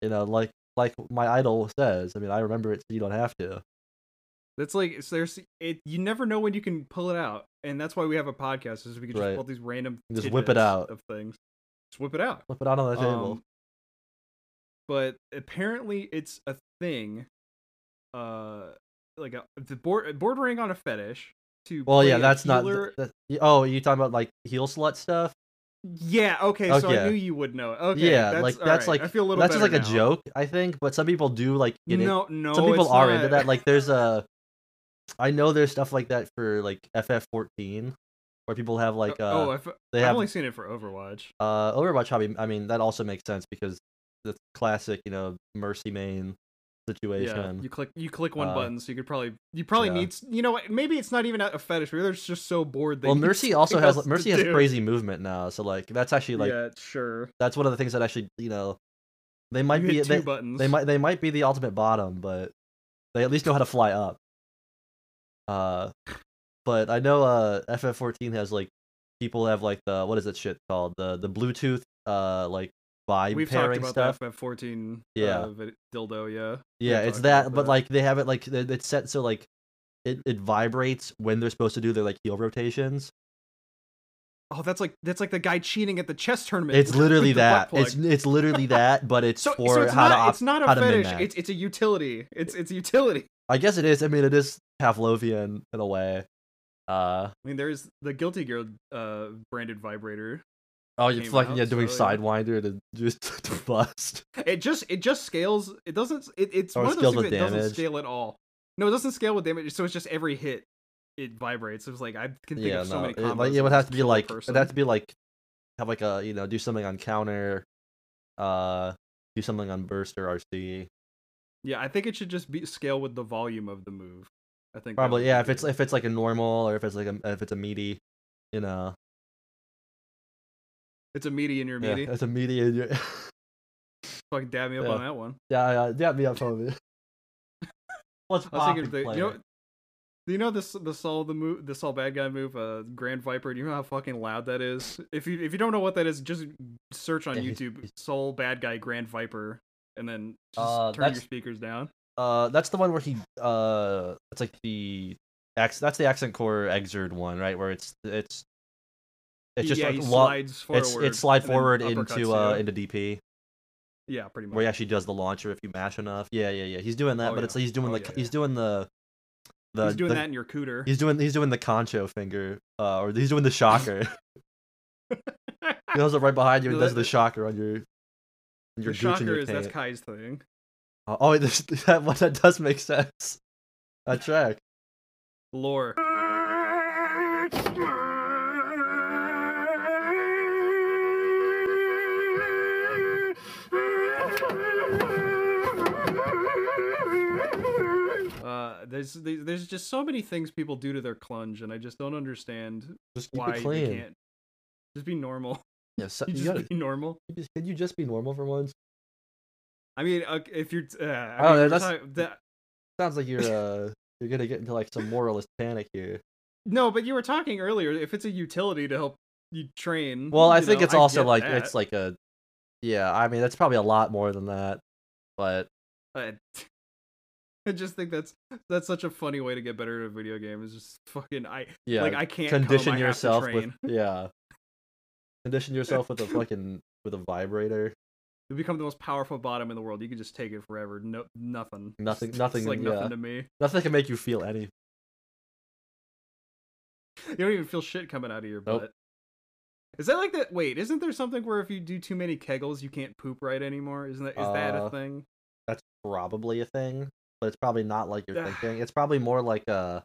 [SPEAKER 1] you know like like my idol says. I mean, I remember it, so you don't have to.
[SPEAKER 2] That's like it's there's it. You never know when you can pull it out, and that's why we have a podcast is we can just
[SPEAKER 1] Right.
[SPEAKER 2] pull out these random
[SPEAKER 1] Just whip it
[SPEAKER 2] tidbits
[SPEAKER 1] out.
[SPEAKER 2] of things. Just whip it out.
[SPEAKER 1] Flip it out on the table.
[SPEAKER 2] Um, but apparently, it's a thing, uh, like a the bord, bordering on a fetish. To
[SPEAKER 1] Well,
[SPEAKER 2] play
[SPEAKER 1] yeah,
[SPEAKER 2] a
[SPEAKER 1] that's not.
[SPEAKER 2] healer-
[SPEAKER 1] th- th- oh, you talking about like heel slut stuff?
[SPEAKER 2] Yeah. Okay. So I
[SPEAKER 1] Okay.
[SPEAKER 2] knew you would know. it. Okay.
[SPEAKER 1] Yeah,
[SPEAKER 2] That's,
[SPEAKER 1] like,
[SPEAKER 2] all
[SPEAKER 1] that's like-
[SPEAKER 2] right, I feel a little.
[SPEAKER 1] That's just like
[SPEAKER 2] better
[SPEAKER 1] a
[SPEAKER 2] now.
[SPEAKER 1] joke, I think. But some people do like get in-
[SPEAKER 2] No, no.
[SPEAKER 1] some people
[SPEAKER 2] it's
[SPEAKER 1] are
[SPEAKER 2] not.
[SPEAKER 1] into that. Like there's a, I know there's stuff like that for like FF14, where people have like uh,
[SPEAKER 2] oh, I've,
[SPEAKER 1] they
[SPEAKER 2] I've
[SPEAKER 1] have
[SPEAKER 2] only seen it for Overwatch.
[SPEAKER 1] uh Overwatch hobby. I mean that also makes sense because the classic you know mercy main
[SPEAKER 2] Yeah,
[SPEAKER 1] situation.
[SPEAKER 2] you click you click one
[SPEAKER 1] Uh,
[SPEAKER 2] button, so you could probably you probably
[SPEAKER 1] yeah.
[SPEAKER 2] need s- you know what? Maybe it's not even a a fetish. Maybe they're just so bored. They
[SPEAKER 1] well,
[SPEAKER 2] need
[SPEAKER 1] Mercy also
[SPEAKER 2] something
[SPEAKER 1] has
[SPEAKER 2] else to
[SPEAKER 1] Mercy has
[SPEAKER 2] do.
[SPEAKER 1] crazy movement now, so like that's actually like
[SPEAKER 2] yeah, sure.
[SPEAKER 1] that's one of the things that actually you know they might
[SPEAKER 2] you
[SPEAKER 1] be
[SPEAKER 2] hit two
[SPEAKER 1] they,
[SPEAKER 2] buttons.
[SPEAKER 1] they might they might be the ultimate bottom, but they at least know how to fly up. Uh, but I know uh FF14 has like people have like the what is that shit called the the Bluetooth uh like vibe
[SPEAKER 2] We've talked
[SPEAKER 1] pairing
[SPEAKER 2] about
[SPEAKER 1] stuff.
[SPEAKER 2] that fourteen.
[SPEAKER 1] Yeah.
[SPEAKER 2] uh, vid- dildo. Yeah,
[SPEAKER 1] Yeah,
[SPEAKER 2] We've
[SPEAKER 1] it's
[SPEAKER 2] talked
[SPEAKER 1] that,
[SPEAKER 2] about
[SPEAKER 1] but like they have it like it- it's set so like it it vibrates when they're supposed to do their like heel rotations.
[SPEAKER 2] oh, that's like that's like the guy cheating at the chess tournament.
[SPEAKER 1] It's
[SPEAKER 2] with
[SPEAKER 1] literally
[SPEAKER 2] the butt
[SPEAKER 1] that. It's
[SPEAKER 2] plug.
[SPEAKER 1] it's literally that, but it's
[SPEAKER 2] so,
[SPEAKER 1] for
[SPEAKER 2] so it's
[SPEAKER 1] how
[SPEAKER 2] not
[SPEAKER 1] to op-
[SPEAKER 2] it's not
[SPEAKER 1] how
[SPEAKER 2] a
[SPEAKER 1] to
[SPEAKER 2] fetish.
[SPEAKER 1] min-max.
[SPEAKER 2] It's it's a utility. It's it's a utility.
[SPEAKER 1] I guess it is. I mean, it is Pavlovian in a way. Uh,
[SPEAKER 2] I mean, there's the Guilty Gear uh, branded vibrator.
[SPEAKER 1] Oh, you're
[SPEAKER 2] came
[SPEAKER 1] fucking
[SPEAKER 2] out,
[SPEAKER 1] yeah, doing
[SPEAKER 2] so, yeah.
[SPEAKER 1] sidewinder to just to bust.
[SPEAKER 2] It just it just scales. It doesn't. It, it's
[SPEAKER 1] Oh, it
[SPEAKER 2] one of those
[SPEAKER 1] scales
[SPEAKER 2] things
[SPEAKER 1] with
[SPEAKER 2] that doesn't
[SPEAKER 1] damage.
[SPEAKER 2] scale at all. No, it doesn't scale with damage. So it's just every hit, it vibrates. It's like I can think
[SPEAKER 1] yeah,
[SPEAKER 2] of so
[SPEAKER 1] no,
[SPEAKER 2] many.
[SPEAKER 1] it,
[SPEAKER 2] Combos
[SPEAKER 1] like, it
[SPEAKER 2] that
[SPEAKER 1] would
[SPEAKER 2] just
[SPEAKER 1] have to be
[SPEAKER 2] kill a
[SPEAKER 1] like it'd
[SPEAKER 2] person.
[SPEAKER 1] have to be like have like a you know do something on counter, uh, do something on burst or RC.
[SPEAKER 2] Yeah, I think it should just be scale with the volume of the move. I think that would
[SPEAKER 1] Probably
[SPEAKER 2] be
[SPEAKER 1] yeah. If it's
[SPEAKER 2] good.
[SPEAKER 1] if it's like a normal or if it's like a if it's a meaty, you know,
[SPEAKER 2] it's a meaty in your
[SPEAKER 1] yeah,
[SPEAKER 2] meaty,
[SPEAKER 1] it's a meaty. and you're-
[SPEAKER 2] fucking dab me up
[SPEAKER 1] yeah.
[SPEAKER 2] on that one.
[SPEAKER 1] yeah, yeah, yeah, me up homie. What's
[SPEAKER 2] I was thinking,
[SPEAKER 1] popping?
[SPEAKER 2] of the, you know, do you know this the Saul the move the Saul bad guy move, uh, Grand Viper. Do you know how fucking loud that is? If you if you don't know what that is, just search on
[SPEAKER 1] Yeah, he's-
[SPEAKER 2] YouTube
[SPEAKER 1] he's-
[SPEAKER 2] Soul bad guy Grand Viper, and then just
[SPEAKER 1] Uh,
[SPEAKER 2] turn your
[SPEAKER 1] that's-
[SPEAKER 2] speakers down.
[SPEAKER 1] Uh, that's the one where he uh, it's like the ac- that's the accent core exerd one, right? Where it's it's it's just
[SPEAKER 2] yeah,
[SPEAKER 1] like
[SPEAKER 2] he
[SPEAKER 1] lo-
[SPEAKER 2] slides forward.
[SPEAKER 1] it's it's slide
[SPEAKER 2] and then
[SPEAKER 1] forward
[SPEAKER 2] uppercuts
[SPEAKER 1] into uh
[SPEAKER 2] you.
[SPEAKER 1] into DP
[SPEAKER 2] yeah, pretty much.
[SPEAKER 1] where he actually does the launcher if you mash enough. Yeah, yeah, yeah. He's doing that,
[SPEAKER 2] Oh,
[SPEAKER 1] but it's
[SPEAKER 2] yeah.
[SPEAKER 1] he's doing
[SPEAKER 2] Oh,
[SPEAKER 1] the
[SPEAKER 2] yeah,
[SPEAKER 1] he's doing the the
[SPEAKER 2] he's doing
[SPEAKER 1] uh, the-
[SPEAKER 2] that in your cooter.
[SPEAKER 1] he's doing he's doing the concho finger uh or he's doing the shocker. he goes up right behind you and
[SPEAKER 2] No,
[SPEAKER 1] does
[SPEAKER 2] that-
[SPEAKER 1] the shocker on your on your
[SPEAKER 2] the
[SPEAKER 1] gooch and
[SPEAKER 2] shocker
[SPEAKER 1] your
[SPEAKER 2] is that's
[SPEAKER 1] taint.
[SPEAKER 2] Kai's thing.
[SPEAKER 1] Uh, oh, this, that well, that does make sense. That track.
[SPEAKER 2] Lore. Uh, there's there's there's just so many things people do to their clunge, and I just don't understand
[SPEAKER 1] Just keep
[SPEAKER 2] why
[SPEAKER 1] it
[SPEAKER 2] they
[SPEAKER 1] clean.
[SPEAKER 2] can't just be normal.
[SPEAKER 1] Yeah, so,
[SPEAKER 2] You
[SPEAKER 1] you
[SPEAKER 2] just
[SPEAKER 1] gotta,
[SPEAKER 2] be normal.
[SPEAKER 1] you just- can you just be normal for once?
[SPEAKER 2] I mean, uh, if you're, uh, I
[SPEAKER 1] Oh,
[SPEAKER 2] mean, we're
[SPEAKER 1] that's-
[SPEAKER 2] talking- that-
[SPEAKER 1] Sounds like you're uh you're gonna get into like some moralist panic here.
[SPEAKER 2] no, but you were talking earlier. If it's a utility to help you train,
[SPEAKER 1] Well, I
[SPEAKER 2] you
[SPEAKER 1] think
[SPEAKER 2] know,
[SPEAKER 1] it's also
[SPEAKER 2] get
[SPEAKER 1] like
[SPEAKER 2] that.
[SPEAKER 1] it's like a yeah, I mean that's probably a lot more than that. But
[SPEAKER 2] I, I just think that's that's such a funny way to get better at a video game. Is just fucking I
[SPEAKER 1] yeah,
[SPEAKER 2] like I can't come,
[SPEAKER 1] condition
[SPEAKER 2] I have to
[SPEAKER 1] yourself with
[SPEAKER 2] train.
[SPEAKER 1] yeah. Condition yourself with a fucking with a vibrator.
[SPEAKER 2] You become the most powerful bottom in the world. You can just take it forever. No, nothing.
[SPEAKER 1] Nothing-
[SPEAKER 2] It's
[SPEAKER 1] nothing,
[SPEAKER 2] like
[SPEAKER 1] yeah.
[SPEAKER 2] nothing to me.
[SPEAKER 1] Nothing can make you feel any
[SPEAKER 2] You don't even feel shit coming out of your
[SPEAKER 1] Nope.
[SPEAKER 2] butt. Is that like that? Wait, isn't there something where if you do too many kegels, you can't poop right anymore? Isn't that is that a
[SPEAKER 1] Uh,
[SPEAKER 2] thing?
[SPEAKER 1] that's probably a thing, but it's probably not like you're thinking. It's probably more like a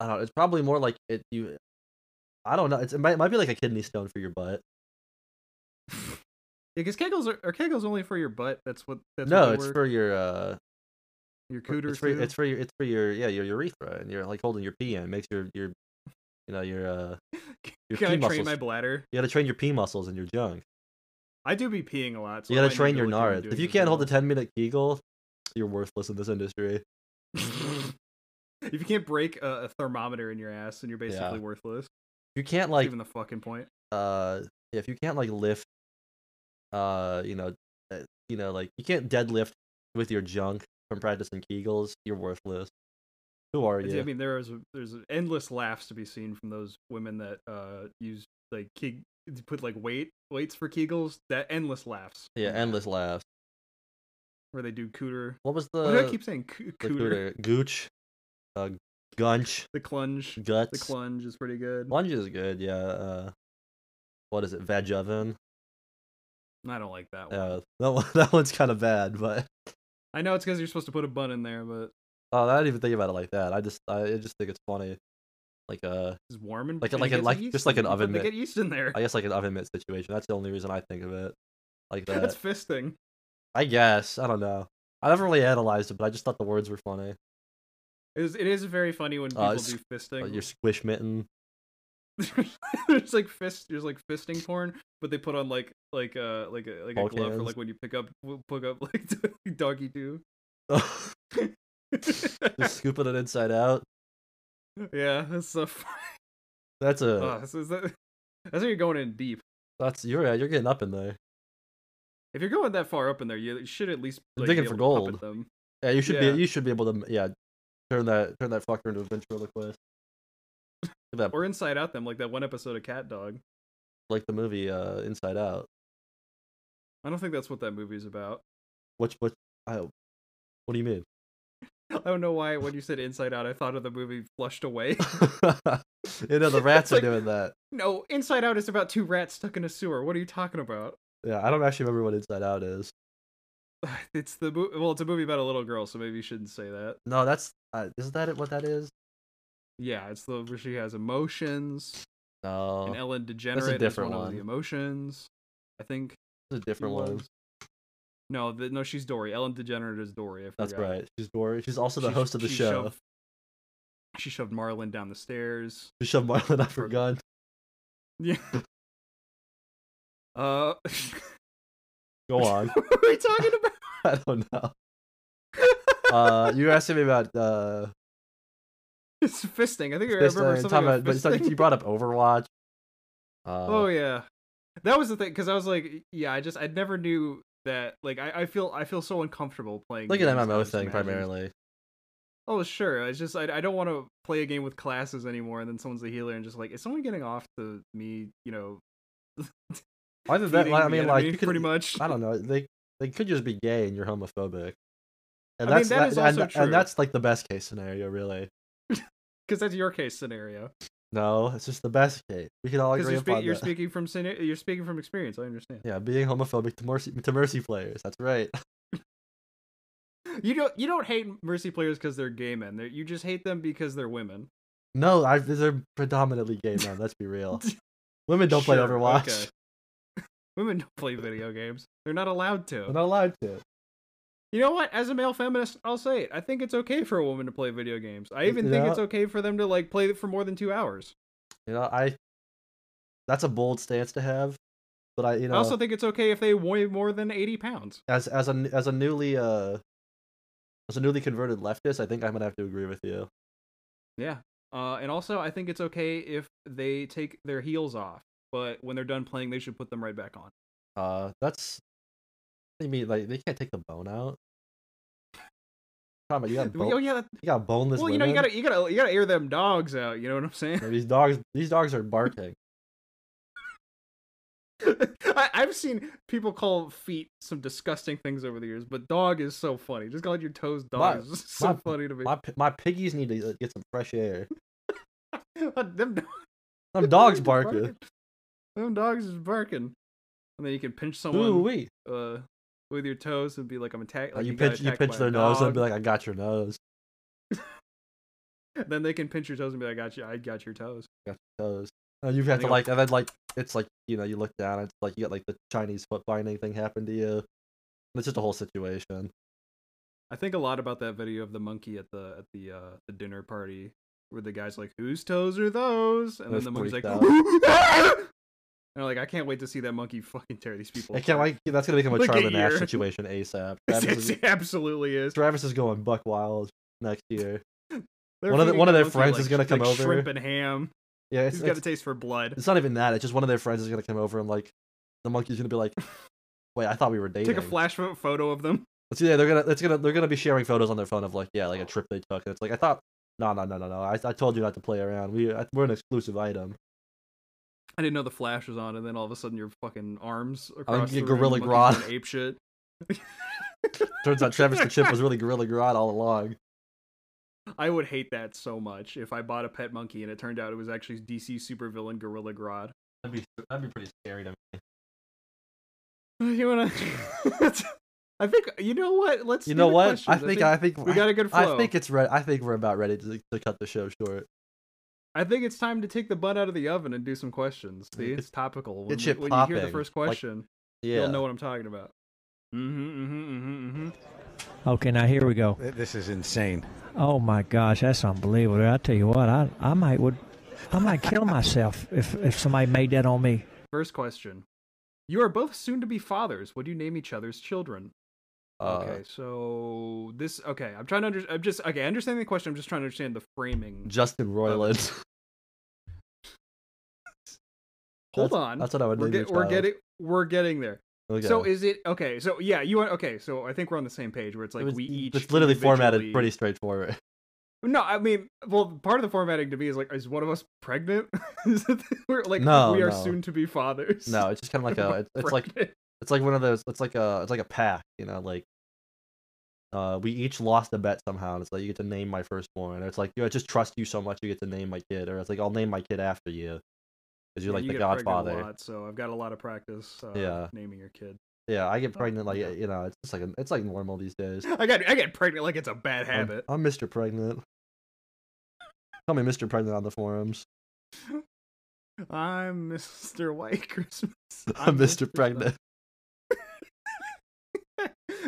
[SPEAKER 1] I don't know, it's probably more like it you I don't know. It's, it, might, it might be like a kidney stone for your butt.
[SPEAKER 2] Because kegels are, are kegels only for your butt. That's what. That's what
[SPEAKER 1] no,
[SPEAKER 2] they
[SPEAKER 1] it's
[SPEAKER 2] were?
[SPEAKER 1] for your uh
[SPEAKER 2] Your
[SPEAKER 1] for-
[SPEAKER 2] cooter
[SPEAKER 1] it's for,
[SPEAKER 2] too?
[SPEAKER 1] it's for your it's for your yeah your urethra and you're like holding your pee in. It makes your your you know your uh your pee
[SPEAKER 2] Can I train
[SPEAKER 1] muscles.
[SPEAKER 2] my bladder?
[SPEAKER 1] You gotta train your pee muscles and your junk.
[SPEAKER 2] I do be peeing a lot. So
[SPEAKER 1] You
[SPEAKER 2] I
[SPEAKER 1] gotta
[SPEAKER 2] might
[SPEAKER 1] train
[SPEAKER 2] need
[SPEAKER 1] your
[SPEAKER 2] to look into
[SPEAKER 1] nards. If
[SPEAKER 2] doing
[SPEAKER 1] you
[SPEAKER 2] this
[SPEAKER 1] can't
[SPEAKER 2] as
[SPEAKER 1] hold a
[SPEAKER 2] well.
[SPEAKER 1] ten minute kegel, you're worthless in this industry.
[SPEAKER 2] if you can't break a, a thermometer in your ass, then you're basically worthless.
[SPEAKER 1] If you can't like
[SPEAKER 2] even the fucking point.
[SPEAKER 1] uh if you can't like lift uh you know uh, you know like you can't deadlift with your junk from practicing kegels, you're worthless. Who are
[SPEAKER 2] I
[SPEAKER 1] you?
[SPEAKER 2] mean, there is a, there's endless laughs to be seen from those women that uh use like keg- put like weight weights for kegels. That endless laughs.
[SPEAKER 1] yeah,
[SPEAKER 2] from that,
[SPEAKER 1] endless laughs.
[SPEAKER 2] Where they do cooter.
[SPEAKER 1] What was the
[SPEAKER 2] Why do I keep saying coo-
[SPEAKER 1] Uh, the
[SPEAKER 2] cooter?
[SPEAKER 1] cooter? Gooch, uh, gunch,
[SPEAKER 2] The clunge.
[SPEAKER 1] guts.
[SPEAKER 2] The clunge is pretty good.
[SPEAKER 1] Lunge is good, yeah. Uh, what is it? Veg oven.
[SPEAKER 2] I don't like that one.
[SPEAKER 1] Uh, that one, that one's kind of bad, but
[SPEAKER 2] I know it's because you're supposed to put a bun in there, but
[SPEAKER 1] oh, I didn't even think about it like that. I just I I just think it's funny, like uh,
[SPEAKER 2] it's warm and
[SPEAKER 1] Like a-
[SPEAKER 2] and it
[SPEAKER 1] like a-
[SPEAKER 2] gets
[SPEAKER 1] like-
[SPEAKER 2] yeast
[SPEAKER 1] just like
[SPEAKER 2] in-
[SPEAKER 1] an oven
[SPEAKER 2] They
[SPEAKER 1] mitt.
[SPEAKER 2] get yeast in there.
[SPEAKER 1] I guess like an oven mitt situation. That's the only reason I think of it like that.
[SPEAKER 2] That's fisting.
[SPEAKER 1] I guess I don't know. I never really analyzed it, but I just thought the words were funny.
[SPEAKER 2] It is, it is very funny when people
[SPEAKER 1] Uh,
[SPEAKER 2] do
[SPEAKER 1] it's-
[SPEAKER 2] fisting.
[SPEAKER 1] Like, your squish mitten.
[SPEAKER 2] there's like fist there's like fisting porn but they put on like like uh like a like a
[SPEAKER 1] Ball
[SPEAKER 2] glove for
[SPEAKER 1] cans.
[SPEAKER 2] like when you pick up w- pick up like doggy do
[SPEAKER 1] just scooping it inside out.
[SPEAKER 2] yeah that's so f-
[SPEAKER 1] That's a
[SPEAKER 2] oh, this is- that- that's how you're going in deep
[SPEAKER 1] that's you're yeah, you're getting up in there.
[SPEAKER 2] if you're going that far up in there you should at least
[SPEAKER 1] You're
[SPEAKER 2] like,
[SPEAKER 1] digging
[SPEAKER 2] be
[SPEAKER 1] for
[SPEAKER 2] able to puppet
[SPEAKER 1] gold.
[SPEAKER 2] them.
[SPEAKER 1] Yeah, you should
[SPEAKER 2] Yeah.
[SPEAKER 1] be you should be able to yeah turn that turn that fucker into a ventriloquist. Look at that
[SPEAKER 2] or inside out them like that one episode of cat dog
[SPEAKER 1] like the movie uh Inside Out.
[SPEAKER 2] i don't think that's what that movie's about
[SPEAKER 1] Which which I what do you mean?
[SPEAKER 2] i don't know why when you said inside out i thought of the movie flushed away
[SPEAKER 1] you know the rats
[SPEAKER 2] It's like-
[SPEAKER 1] are doing that.
[SPEAKER 2] no inside out is about two rats stuck in a sewer what are you talking about
[SPEAKER 1] Yeah, I don't actually remember what Inside Out is.
[SPEAKER 2] It's the mo- well, it's a movie about a little girl, so maybe you shouldn't say that.
[SPEAKER 1] No, that's uh, isn't that it- what that is?
[SPEAKER 2] Yeah, it's the where she has emotions,
[SPEAKER 1] No,
[SPEAKER 2] and
[SPEAKER 1] it's
[SPEAKER 2] Ellen DeGeneres is one,
[SPEAKER 1] different
[SPEAKER 2] of the
[SPEAKER 1] one.
[SPEAKER 2] emotions. I think
[SPEAKER 1] a
[SPEAKER 2] she
[SPEAKER 1] different one.
[SPEAKER 2] was. No, the, no, she's Dory. Ellen DeGeneres is Dory. I
[SPEAKER 1] That's
[SPEAKER 2] forgot.
[SPEAKER 1] right. She's Dory. She's also the
[SPEAKER 2] She-
[SPEAKER 1] host of the
[SPEAKER 2] she
[SPEAKER 1] show.
[SPEAKER 2] shoved- she shoved Marlin down the stairs.
[SPEAKER 1] She shoved Marlon up her gun.
[SPEAKER 2] Yeah. Uh,
[SPEAKER 1] Go on.
[SPEAKER 2] what are we talking about?
[SPEAKER 1] I don't know. Uh, you were asking me about uh,
[SPEAKER 2] It's fisting. I think I
[SPEAKER 1] this,
[SPEAKER 2] remember
[SPEAKER 1] uh,
[SPEAKER 2] something
[SPEAKER 1] time
[SPEAKER 2] about
[SPEAKER 1] I- but you
[SPEAKER 2] fisting.
[SPEAKER 1] talked- you brought up Overwatch. Uh,
[SPEAKER 2] oh yeah that was the thing because i was like yeah i just i never knew that like i, I feel i feel so uncomfortable playing
[SPEAKER 1] look at
[SPEAKER 2] games, I
[SPEAKER 1] MMO
[SPEAKER 2] just
[SPEAKER 1] thing
[SPEAKER 2] imagine.
[SPEAKER 1] primarily.
[SPEAKER 2] oh sure it's just i, I don't want to play a game with classes anymore and then someone's a healer and just like is someone getting off to me you know
[SPEAKER 1] Other than that,
[SPEAKER 2] feeding
[SPEAKER 1] like, I
[SPEAKER 2] the
[SPEAKER 1] mean, like
[SPEAKER 2] enemy,
[SPEAKER 1] you could,
[SPEAKER 2] pretty much
[SPEAKER 1] I don't know. They they could just be gay and you're homophobic. And
[SPEAKER 2] I
[SPEAKER 1] that's
[SPEAKER 2] mean, that is
[SPEAKER 1] and,
[SPEAKER 2] also true.
[SPEAKER 1] and that's like the best case scenario, really.
[SPEAKER 2] because that's your case scenario
[SPEAKER 1] No, it's just the best case. We can all
[SPEAKER 2] because
[SPEAKER 1] agree
[SPEAKER 2] you're,
[SPEAKER 1] upon
[SPEAKER 2] spe- you're
[SPEAKER 1] that.
[SPEAKER 2] speaking from scena- you're speaking from experience i understand
[SPEAKER 1] yeah, being homophobic to mercy to mercy players. That's right.
[SPEAKER 2] you don't you don't hate mercy players because they're gay men they you just hate them because they're women
[SPEAKER 1] No, I, they're predominantly gay men. Let's be real. Women don't play
[SPEAKER 2] Sure,
[SPEAKER 1] Overwatch.
[SPEAKER 2] okay. women don't play video games they're not allowed to
[SPEAKER 1] They're not allowed to.
[SPEAKER 2] You know what? As a male feminist, I'll say it. I think it's okay for a woman to play video games. I even think
[SPEAKER 1] Yeah.
[SPEAKER 2] it's okay for them to like play it for more than two hours.
[SPEAKER 1] You know, I. That's a bold stance to have, but I, you know,
[SPEAKER 2] I also think it's okay if they weigh more than eighty pounds.
[SPEAKER 1] as as a as a newly uh, as a newly converted leftist, I think I'm gonna have to agree with you.
[SPEAKER 2] Yeah. Uh, and also, I think it's okay if they take their heels off, but when they're done playing, they should put them right back on.
[SPEAKER 1] Uh, that's. I mean, like they can't take the bone out. Talking about you got bone,
[SPEAKER 2] oh yeah. That,
[SPEAKER 1] you got boneless.
[SPEAKER 2] well, you know, you
[SPEAKER 1] women?
[SPEAKER 2] gotta you gotta you gotta air them dogs out. You know what I'm saying?
[SPEAKER 1] These dogs, these dogs are barking.
[SPEAKER 2] I, I've seen people call feet some disgusting things over the years, but dog is so funny. Just calling your toes
[SPEAKER 1] My-
[SPEAKER 2] dog is just so
[SPEAKER 1] my-
[SPEAKER 2] funny to me.
[SPEAKER 1] My p- my piggies need to uh, get some fresh air.
[SPEAKER 2] Them dogs-
[SPEAKER 1] Them dogs
[SPEAKER 2] Just
[SPEAKER 1] barking.
[SPEAKER 2] Them dogs is barking. And then you can pinch
[SPEAKER 1] Ooh
[SPEAKER 2] someone
[SPEAKER 1] wee. Oh,
[SPEAKER 2] uh, with your toes and be like, I'm attacked. Like,
[SPEAKER 1] you
[SPEAKER 2] got
[SPEAKER 1] pinch you
[SPEAKER 2] attacked by
[SPEAKER 1] pinch
[SPEAKER 2] a
[SPEAKER 1] their nose and
[SPEAKER 2] dog.
[SPEAKER 1] be like, I got your nose.
[SPEAKER 2] then they can pinch your toes and be like, I got you. I got your toes.
[SPEAKER 1] got your toes. And you have
[SPEAKER 2] They
[SPEAKER 1] to
[SPEAKER 2] go-
[SPEAKER 1] like, and then like, it's like you know, you look down, it's like you got like the Chinese foot binding thing happen to you. And It's just a whole situation.
[SPEAKER 2] I think a lot about that video of the monkey at the at the uh the dinner party where the guy's like, "Whose toes are those?" And then
[SPEAKER 1] That's
[SPEAKER 2] the monkey's like,
[SPEAKER 1] freaked
[SPEAKER 2] and I'm like, I can't wait to see that monkey fucking tear these people.
[SPEAKER 1] I can't
[SPEAKER 2] apart."
[SPEAKER 1] like that's gonna become a
[SPEAKER 2] Look at
[SPEAKER 1] Charlie Nash
[SPEAKER 2] your-
[SPEAKER 1] situation ASAP. Travis is,
[SPEAKER 2] it absolutely is.
[SPEAKER 1] Travis is going buck wild next year.
[SPEAKER 2] They're
[SPEAKER 1] One of the-
[SPEAKER 2] feeding
[SPEAKER 1] one of their
[SPEAKER 2] monkey,
[SPEAKER 1] friends
[SPEAKER 2] like-
[SPEAKER 1] is gonna come
[SPEAKER 2] like
[SPEAKER 1] over.
[SPEAKER 2] Shrimp and ham.
[SPEAKER 1] Yeah, it's,
[SPEAKER 2] He's
[SPEAKER 1] it's,
[SPEAKER 2] got a taste for blood.
[SPEAKER 1] it's not even that. It's just one of their friends is gonna come over and like the monkey's gonna be like, wait, I thought we were dating.
[SPEAKER 2] Take a flash pho- photo of them.
[SPEAKER 1] Let's see. Yeah, they're gonna it's gonna they're gonna be sharing photos on their phone of like yeah like a trip they took. And it's like I thought no no no no no I, I told you not to play around. We I, we're an exclusive item.
[SPEAKER 2] I didn't know the flash was on, and then all of a sudden your fucking arms
[SPEAKER 1] gonna
[SPEAKER 2] across
[SPEAKER 1] get
[SPEAKER 2] the room,
[SPEAKER 1] Gorilla
[SPEAKER 2] monkey's
[SPEAKER 1] Grodd.
[SPEAKER 2] going ape shit.
[SPEAKER 1] Turns out Travis the Chip was really Gorilla Grodd all along.
[SPEAKER 2] I would hate that so much if I bought a pet monkey and it turned out it was actually DC supervillain Gorilla Grodd.
[SPEAKER 1] That'd be that'd be pretty scary to me.
[SPEAKER 2] You wanna? I think you know what. Let's.
[SPEAKER 1] You
[SPEAKER 2] do
[SPEAKER 1] know
[SPEAKER 2] the
[SPEAKER 1] what?
[SPEAKER 2] questions.
[SPEAKER 1] I think I think
[SPEAKER 2] we got a good flow.
[SPEAKER 1] I think it's re- I think we're about ready to, to cut the show short.
[SPEAKER 2] I think it's time to take the butt out of the oven and do some questions. See, it's topical. When,
[SPEAKER 1] Get shit
[SPEAKER 2] when you hear the
[SPEAKER 1] popping,
[SPEAKER 2] first
[SPEAKER 1] like-
[SPEAKER 2] question,
[SPEAKER 1] Yeah.
[SPEAKER 2] you'll know what I'm talking about. Mm-hmm. Mm-hmm. Mm-hmm.
[SPEAKER 4] Okay, now here we go.
[SPEAKER 5] Th- This is insane.
[SPEAKER 4] Oh my gosh, that's unbelievable. I tell you what, I, I might would I might kill myself if, if somebody made that on me.
[SPEAKER 2] First question: You are both soon-to-be fathers. What do you name each other's children?
[SPEAKER 1] Uh,
[SPEAKER 2] okay, so this. Okay, I'm trying to. Under, I'm just okay. Understanding the question, I'm just trying to understand the framing.
[SPEAKER 1] Justin Roiland.
[SPEAKER 2] Hold
[SPEAKER 1] That's-
[SPEAKER 2] on.
[SPEAKER 1] That's what I would
[SPEAKER 2] we're,
[SPEAKER 1] name
[SPEAKER 2] get,
[SPEAKER 1] your
[SPEAKER 2] we're
[SPEAKER 1] child.
[SPEAKER 2] getting. We're getting there.
[SPEAKER 1] Okay.
[SPEAKER 2] So is it okay? So yeah, you are okay. So I think we're on the same page where it's like
[SPEAKER 1] It was-
[SPEAKER 2] we each.
[SPEAKER 1] It's literally formatted
[SPEAKER 2] individually-
[SPEAKER 1] pretty straightforward.
[SPEAKER 2] No, I mean, well, part of the formatting to me is like, is one of us pregnant? Is it that we're like,
[SPEAKER 1] No,
[SPEAKER 2] we are
[SPEAKER 1] no.
[SPEAKER 2] soon to be fathers.
[SPEAKER 1] No, it's just kind of like
[SPEAKER 2] We're
[SPEAKER 1] a. It's, it's like
[SPEAKER 2] pregnant.
[SPEAKER 1] it's like one of those. It's like a. It's like a pack. You know, like. Uh, we each lost a bet somehow, and it's like you get to name my firstborn. Or it's like you know, I just trust you so much, you get to name my kid, or it's like I'll name my kid after you, because you're
[SPEAKER 2] Yeah,
[SPEAKER 1] like
[SPEAKER 2] you
[SPEAKER 1] the
[SPEAKER 2] get pregnant
[SPEAKER 1] Godfather.
[SPEAKER 2] A lot, so I've got a lot of practice. Uh,
[SPEAKER 1] Yeah.
[SPEAKER 2] naming your kid.
[SPEAKER 1] Yeah, I get
[SPEAKER 2] Oh,
[SPEAKER 1] pregnant like
[SPEAKER 2] yeah.
[SPEAKER 1] you know, it's just like it's like normal these days.
[SPEAKER 2] I got I get pregnant like it's a bad
[SPEAKER 1] I'm-
[SPEAKER 2] habit.
[SPEAKER 1] I'm, Mr. Pregnant. Call me Mr. Pregnant on the forums.
[SPEAKER 2] I'm Mr. White Christmas.
[SPEAKER 1] I'm, Mr. Pregnant.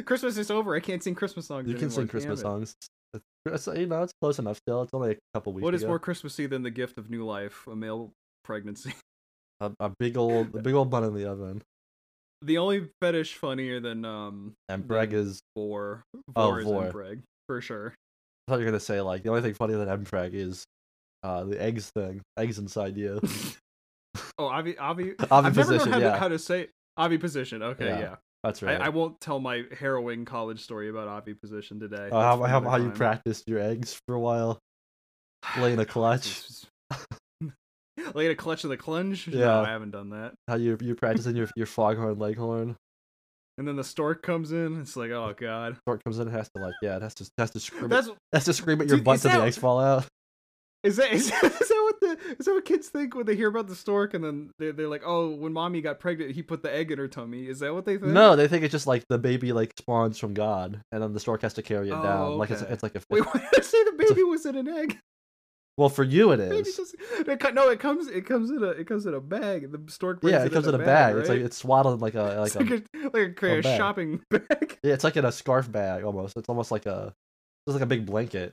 [SPEAKER 2] Christmas is over. I can't sing Christmas songs.
[SPEAKER 1] You can
[SPEAKER 2] anymore,
[SPEAKER 1] sing
[SPEAKER 2] damn
[SPEAKER 1] Christmas
[SPEAKER 2] it.
[SPEAKER 1] songs. It's- It's, you know, it's close enough still. It's only a couple weeks.
[SPEAKER 2] What is
[SPEAKER 1] ago.
[SPEAKER 2] more Christmassy than the gift of new life, a male pregnancy?
[SPEAKER 1] A, a big old, a big old bun in the oven.
[SPEAKER 2] The only fetish funnier than um
[SPEAKER 1] And Breg
[SPEAKER 2] Then-
[SPEAKER 1] is.
[SPEAKER 2] vor
[SPEAKER 1] Oh,
[SPEAKER 2] vor is
[SPEAKER 1] vor.
[SPEAKER 2] in Breg for sure.
[SPEAKER 1] I thought you were gonna say like the only thing funnier than Mpreg is, uh, the eggs thing. Eggs inside you.
[SPEAKER 2] Oh, Avi Avi.
[SPEAKER 1] Oven
[SPEAKER 2] I've never known
[SPEAKER 1] position.
[SPEAKER 2] how, to,
[SPEAKER 1] Yeah,
[SPEAKER 2] how to say Avi position. Okay,
[SPEAKER 1] Yeah,
[SPEAKER 2] yeah.
[SPEAKER 1] that's right. Uh,
[SPEAKER 2] I, I won't tell my harrowing college story about Avi position today.
[SPEAKER 1] Uh, how,
[SPEAKER 2] That's
[SPEAKER 1] how,
[SPEAKER 2] another
[SPEAKER 1] how you
[SPEAKER 2] time.
[SPEAKER 1] practiced your eggs for a while, laying a clutch.
[SPEAKER 2] This is- Laid a clutch of the clunge?
[SPEAKER 1] Yeah.
[SPEAKER 2] No, I haven't done that.
[SPEAKER 1] How you you practicing your your foghorn leghorn.
[SPEAKER 2] And then the stork comes in. It's like, oh god.
[SPEAKER 1] Stork comes in and has to like yeah, it has to has to scream. That's,
[SPEAKER 2] That's
[SPEAKER 1] has to scream at your
[SPEAKER 2] Dude,
[SPEAKER 1] butt
[SPEAKER 2] is
[SPEAKER 1] till the
[SPEAKER 2] that-
[SPEAKER 1] eggs fall out.
[SPEAKER 2] is that is, that- is that what the is that what kids think when they hear about the stork and then they they're like, oh, when mommy got pregnant, he put the egg in her tummy. Is that what they think?
[SPEAKER 1] No, they think it's just like the baby like spawns from God, and then the stork has to carry it
[SPEAKER 2] Oh,
[SPEAKER 1] down. Like it's,
[SPEAKER 2] okay.
[SPEAKER 1] it's like a
[SPEAKER 2] Wait, what did I say? The baby was in an egg.
[SPEAKER 1] well for you it
[SPEAKER 2] Baby
[SPEAKER 1] is.
[SPEAKER 2] just, it, co- no, it comes. It comes in a. It comes in a bag. The stork. Brings
[SPEAKER 1] Yeah,
[SPEAKER 2] it,
[SPEAKER 1] it comes in a bag. It's like
[SPEAKER 2] right?
[SPEAKER 1] it's swaddled in like a like
[SPEAKER 2] It's
[SPEAKER 1] a,
[SPEAKER 2] like, a, like a, cra-
[SPEAKER 1] a
[SPEAKER 2] a
[SPEAKER 1] bag.
[SPEAKER 2] shopping bag.
[SPEAKER 1] yeah, it's like in a scarf bag almost. It's almost like a it's like a big blanket.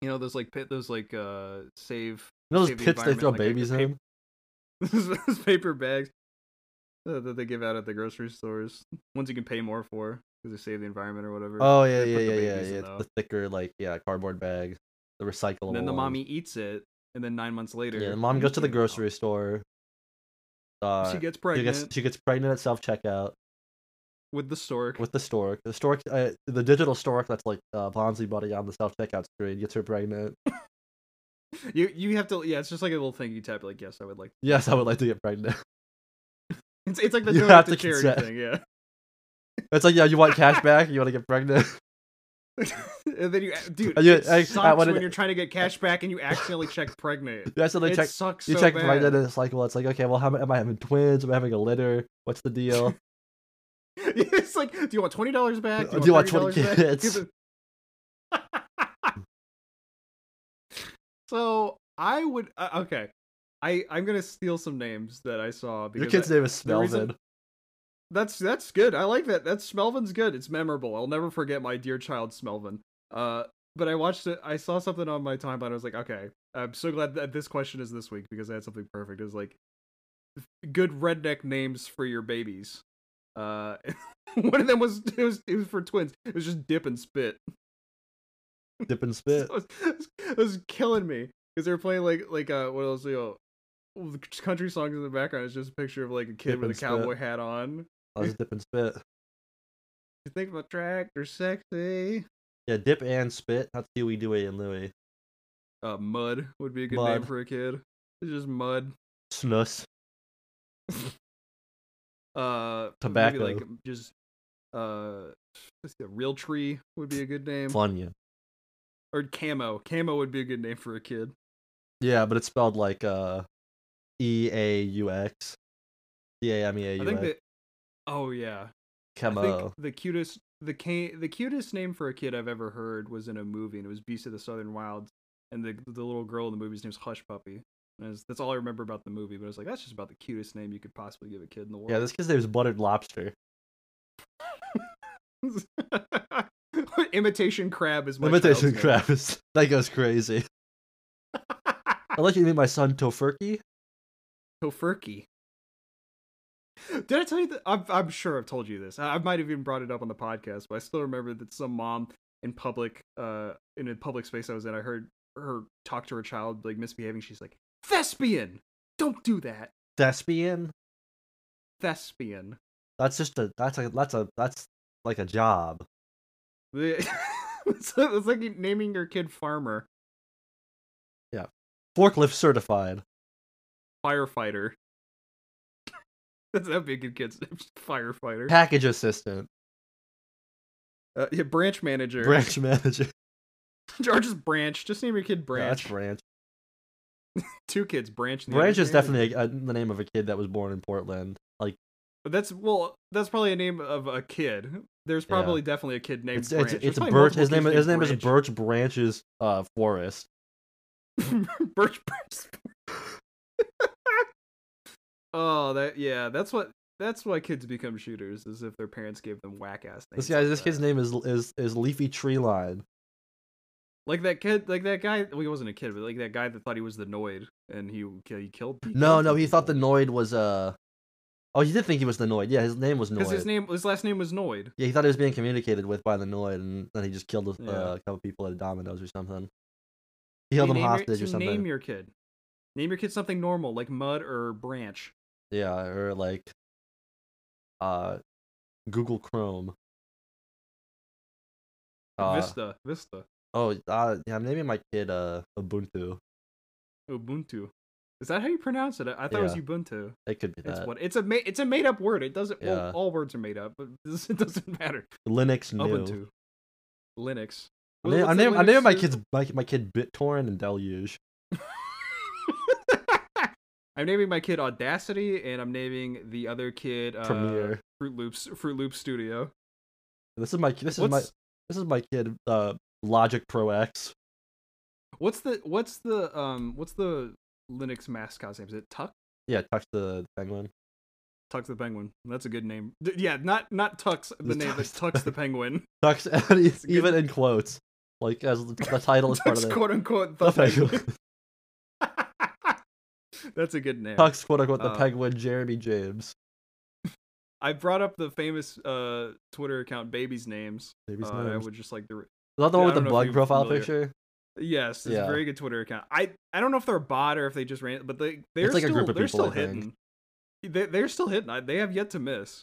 [SPEAKER 2] You know those like pit. Those like uh save.
[SPEAKER 1] You know those
[SPEAKER 2] Save the
[SPEAKER 1] pits they
[SPEAKER 2] environment,
[SPEAKER 1] throw
[SPEAKER 2] like a-
[SPEAKER 1] babies
[SPEAKER 2] a
[SPEAKER 1] in?
[SPEAKER 2] those paper bags uh, that they give out at the grocery stores. Ones you can pay more for because they save the environment or whatever.
[SPEAKER 1] Oh yeah,
[SPEAKER 2] they
[SPEAKER 1] yeah,
[SPEAKER 2] put
[SPEAKER 1] yeah,
[SPEAKER 2] the
[SPEAKER 1] yeah,
[SPEAKER 2] babies in
[SPEAKER 1] yeah. It's
[SPEAKER 2] though.
[SPEAKER 1] the thicker like yeah cardboard bag, the recyclable.
[SPEAKER 2] and then the
[SPEAKER 1] ones.
[SPEAKER 2] mommy eats it, and then nine months later,
[SPEAKER 1] Yeah, the mom
[SPEAKER 2] you
[SPEAKER 1] goes to the
[SPEAKER 2] know,
[SPEAKER 1] grocery store. Uh,
[SPEAKER 2] she gets
[SPEAKER 1] she
[SPEAKER 2] pregnant
[SPEAKER 1] gets she gets pregnant at self checkout.
[SPEAKER 2] with the stork.
[SPEAKER 1] with the stork. The stork, uh, the digital stork that's like uh, Bonzi buddy on the self checkout screen gets her pregnant.
[SPEAKER 2] You you have to yeah. It's just like a little thing you tap. Like yes, I would like.
[SPEAKER 1] Yes, I would like to get pregnant.
[SPEAKER 2] It's it's like the
[SPEAKER 1] You
[SPEAKER 2] donate
[SPEAKER 1] have to
[SPEAKER 2] to charity
[SPEAKER 1] consent.
[SPEAKER 2] thing. Yeah.
[SPEAKER 1] It's like, yeah, you want cash back? You want to get pregnant?
[SPEAKER 2] and then you, dude,
[SPEAKER 1] Are you-
[SPEAKER 2] it
[SPEAKER 1] I- I
[SPEAKER 2] sucks
[SPEAKER 1] wanted-
[SPEAKER 2] when you're trying to get cash back and you accidentally check pregnant.
[SPEAKER 1] You accidentally
[SPEAKER 2] It
[SPEAKER 1] check.
[SPEAKER 2] sucks.
[SPEAKER 1] You
[SPEAKER 2] so
[SPEAKER 1] check
[SPEAKER 2] bad.
[SPEAKER 1] pregnant, and it's like, well, it's like, okay, well, how, am I- am I having twins? Am I having a litter? What's the deal?
[SPEAKER 2] it's like, do you want twenty dollars back?
[SPEAKER 1] Do you want
[SPEAKER 2] $30
[SPEAKER 1] 20
[SPEAKER 2] back?
[SPEAKER 1] kids?
[SPEAKER 2] Give it- so I would uh, okay. I I'm gonna steal some names that I saw because
[SPEAKER 1] Your kid's
[SPEAKER 2] I-
[SPEAKER 1] name is
[SPEAKER 2] the reason-
[SPEAKER 1] Smelvin.
[SPEAKER 2] that's that's good. I like that. That's Smelvin's good. It's memorable. I'll never forget my dear child Smelvin. Uh, but I watched it. I saw something on my timeline. I was like, okay, I'm so glad that this question is this week because I had something perfect. It was like, good redneck names for your babies. Uh, one of them was it was it was for twins. It was just dip and spit.
[SPEAKER 1] Dip and spit.
[SPEAKER 2] It was, it was killing me because they were playing like like uh what else you know the country songs in the background is just a picture of like a kid
[SPEAKER 1] Dip
[SPEAKER 2] with a
[SPEAKER 1] and spit.
[SPEAKER 2] cowboy hat on.
[SPEAKER 1] I was dip and spit.
[SPEAKER 2] You think about tractor sexy?
[SPEAKER 1] Yeah, dip and spit. That's Huey, Dewey, and Louie.
[SPEAKER 2] Uh, mud would be a good name
[SPEAKER 1] Mud.
[SPEAKER 2] for a kid. It's just mud.
[SPEAKER 1] Snus.
[SPEAKER 2] Uh,
[SPEAKER 1] Tobacco.
[SPEAKER 2] Maybe like just uh, let's see, a real tree would be a good name.
[SPEAKER 1] Funya.
[SPEAKER 2] Or camo. Camo would be a good name for a kid.
[SPEAKER 1] Yeah, but it's spelled like uh, E A U X. D A M E A
[SPEAKER 2] I
[SPEAKER 1] U
[SPEAKER 2] think
[SPEAKER 1] X.
[SPEAKER 2] that. Oh yeah, I think
[SPEAKER 1] Camo.
[SPEAKER 2] the cutest the ca- the cutest name for a kid I've ever heard was in a movie, and it was Beast of the Southern Wilds, and the the little girl in the movie's name's Hush Puppy. And I was- that's all I remember about the movie, but I was like, that's just about the cutest name you could possibly give a kid in the world.
[SPEAKER 1] Yeah, this kid's name is Buttered Lobster.
[SPEAKER 2] imitation crab is my
[SPEAKER 1] Imitation
[SPEAKER 2] child's name.
[SPEAKER 1] crab is that goes crazy. I
[SPEAKER 2] Oh,
[SPEAKER 1] like you to name my son Tofurky.
[SPEAKER 2] Tofurky. Did I tell you that? I'm, I'm sure I've told you this. I, I might have even brought it up on the podcast, but I still remember that some mom in public, uh, in a public space I was in, I heard her talk to her child like misbehaving. She's like, "Thespian, don't do that,
[SPEAKER 1] Thespian.
[SPEAKER 2] thespian."
[SPEAKER 1] That's just a that's a that's a that's like a job.
[SPEAKER 2] The- it's, like- it's like naming your kid farmer,
[SPEAKER 1] Forklift certified.
[SPEAKER 2] firefighter. That's that'd be a good kid's name, firefighter.
[SPEAKER 1] Package assistant.
[SPEAKER 2] Uh, yeah, branch manager.
[SPEAKER 1] Branch manager.
[SPEAKER 2] or just branch. Just name your kid
[SPEAKER 1] Yeah, that's
[SPEAKER 2] branch.
[SPEAKER 1] branch.
[SPEAKER 2] Two kids, branch. and the
[SPEAKER 1] Branch
[SPEAKER 2] other
[SPEAKER 1] is
[SPEAKER 2] name
[SPEAKER 1] definitely a, a, the name of a kid that was born in Portland. Like
[SPEAKER 2] But that's well, that's probably a name of a kid. There's
[SPEAKER 1] Yeah.
[SPEAKER 2] probably definitely a kid named
[SPEAKER 1] it's
[SPEAKER 2] Branch.
[SPEAKER 1] it's,
[SPEAKER 2] There's
[SPEAKER 1] it's
[SPEAKER 2] probably
[SPEAKER 1] Birch.
[SPEAKER 2] multiple
[SPEAKER 1] His name
[SPEAKER 2] kids
[SPEAKER 1] his name
[SPEAKER 2] named
[SPEAKER 1] is Birch Branch's uh forest.
[SPEAKER 2] Birch. Birch Branch. oh, that yeah. That's what. That's why kids become shooters is if their parents gave them whack ass
[SPEAKER 1] This
[SPEAKER 2] names.
[SPEAKER 1] guy
[SPEAKER 2] like uh,
[SPEAKER 1] this kid's
[SPEAKER 2] that.
[SPEAKER 1] name is is is Leafy Tree Line.
[SPEAKER 2] like that kid, like that guy. Well, he wasn't a kid, but like that guy that thought he was the Noid and he he killed. he
[SPEAKER 1] No, no,
[SPEAKER 2] killed some
[SPEAKER 1] he thought the
[SPEAKER 2] people.
[SPEAKER 1] Noid was uh Oh, he did think he was the Noid. Yeah, his name was Noid.
[SPEAKER 2] his name, his last name was Noid.
[SPEAKER 1] Yeah, he thought he was being communicated with by the Noid, and then he just killed a,
[SPEAKER 2] Yeah.
[SPEAKER 1] uh, a couple people at Domino's or something. He held
[SPEAKER 2] Hey,
[SPEAKER 1] them
[SPEAKER 2] name your-
[SPEAKER 1] hostage or
[SPEAKER 2] so
[SPEAKER 1] something.
[SPEAKER 2] Name your kid. Name your kid something normal like Mud or Branch.
[SPEAKER 1] Yeah, or like, uh, Google Chrome. Uh,
[SPEAKER 2] Vista, Vista,
[SPEAKER 1] Oh, uh, yeah, I'm naming my kid uh Ubuntu.
[SPEAKER 2] Ubuntu. Is that how you pronounce it? I I thought it was
[SPEAKER 1] Yeah.
[SPEAKER 2] Ubuntu.
[SPEAKER 1] It could be
[SPEAKER 2] It's
[SPEAKER 1] that.
[SPEAKER 2] what it's a ma- it's a made up word. It doesn't.
[SPEAKER 1] Yeah.
[SPEAKER 2] Well, all words are made up, but this, it doesn't matter.
[SPEAKER 1] Linux new.
[SPEAKER 2] Ubuntu, Linux.
[SPEAKER 1] I'm,
[SPEAKER 2] What-
[SPEAKER 1] na-
[SPEAKER 2] what's
[SPEAKER 1] I'm
[SPEAKER 2] that
[SPEAKER 1] naming, I'm
[SPEAKER 2] Linux
[SPEAKER 1] naming my
[SPEAKER 2] is?
[SPEAKER 1] kids my, my kid BitTorrent and Deluge.
[SPEAKER 2] I'm naming my kid Audacity, and I'm naming the other kid uh,
[SPEAKER 1] Premiere.
[SPEAKER 2] Fruit Loops Fruit Loop Studio.
[SPEAKER 1] This is my this is
[SPEAKER 2] what's
[SPEAKER 1] my this is my kid uh Logic Pro X.
[SPEAKER 2] what's the what's the um what's the Linux mascot's name? Is it Tuck?
[SPEAKER 1] Yeah, touch the penguin.
[SPEAKER 2] Tuck's the penguin. That's a good name. D- yeah, not not Tuck's the
[SPEAKER 1] It's
[SPEAKER 2] name.
[SPEAKER 1] Tuck's
[SPEAKER 2] It's
[SPEAKER 1] the
[SPEAKER 2] Tuck's the penguin.
[SPEAKER 1] Ducks,
[SPEAKER 2] a good-
[SPEAKER 1] even in quotes, like as the, the title is part of
[SPEAKER 2] Tuck's
[SPEAKER 1] the
[SPEAKER 2] quote unquote
[SPEAKER 1] the
[SPEAKER 2] the
[SPEAKER 1] penguin.
[SPEAKER 2] penguin. That's a good name.
[SPEAKER 1] Ducks, quote unquote, the
[SPEAKER 2] Uh,
[SPEAKER 1] penguin Jeremy James.
[SPEAKER 2] I brought up the famous uh, Twitter account Baby's Names.
[SPEAKER 1] Maybe
[SPEAKER 2] Uh, I would just like to. Re-
[SPEAKER 1] Is that the one
[SPEAKER 2] yeah,
[SPEAKER 1] with
[SPEAKER 2] I don't
[SPEAKER 1] the
[SPEAKER 2] know if
[SPEAKER 1] bug
[SPEAKER 2] you're
[SPEAKER 1] profile
[SPEAKER 2] familiar.
[SPEAKER 1] picture?
[SPEAKER 2] yes, it's
[SPEAKER 1] Yeah.
[SPEAKER 2] a very good Twitter account. I I don't know if they're a bot or if they just ran, but they they're
[SPEAKER 1] It's like a
[SPEAKER 2] still
[SPEAKER 1] group of
[SPEAKER 2] they're
[SPEAKER 1] people,
[SPEAKER 2] still
[SPEAKER 1] I think.
[SPEAKER 2] hitting. They they're still hitting. I, they have yet to miss.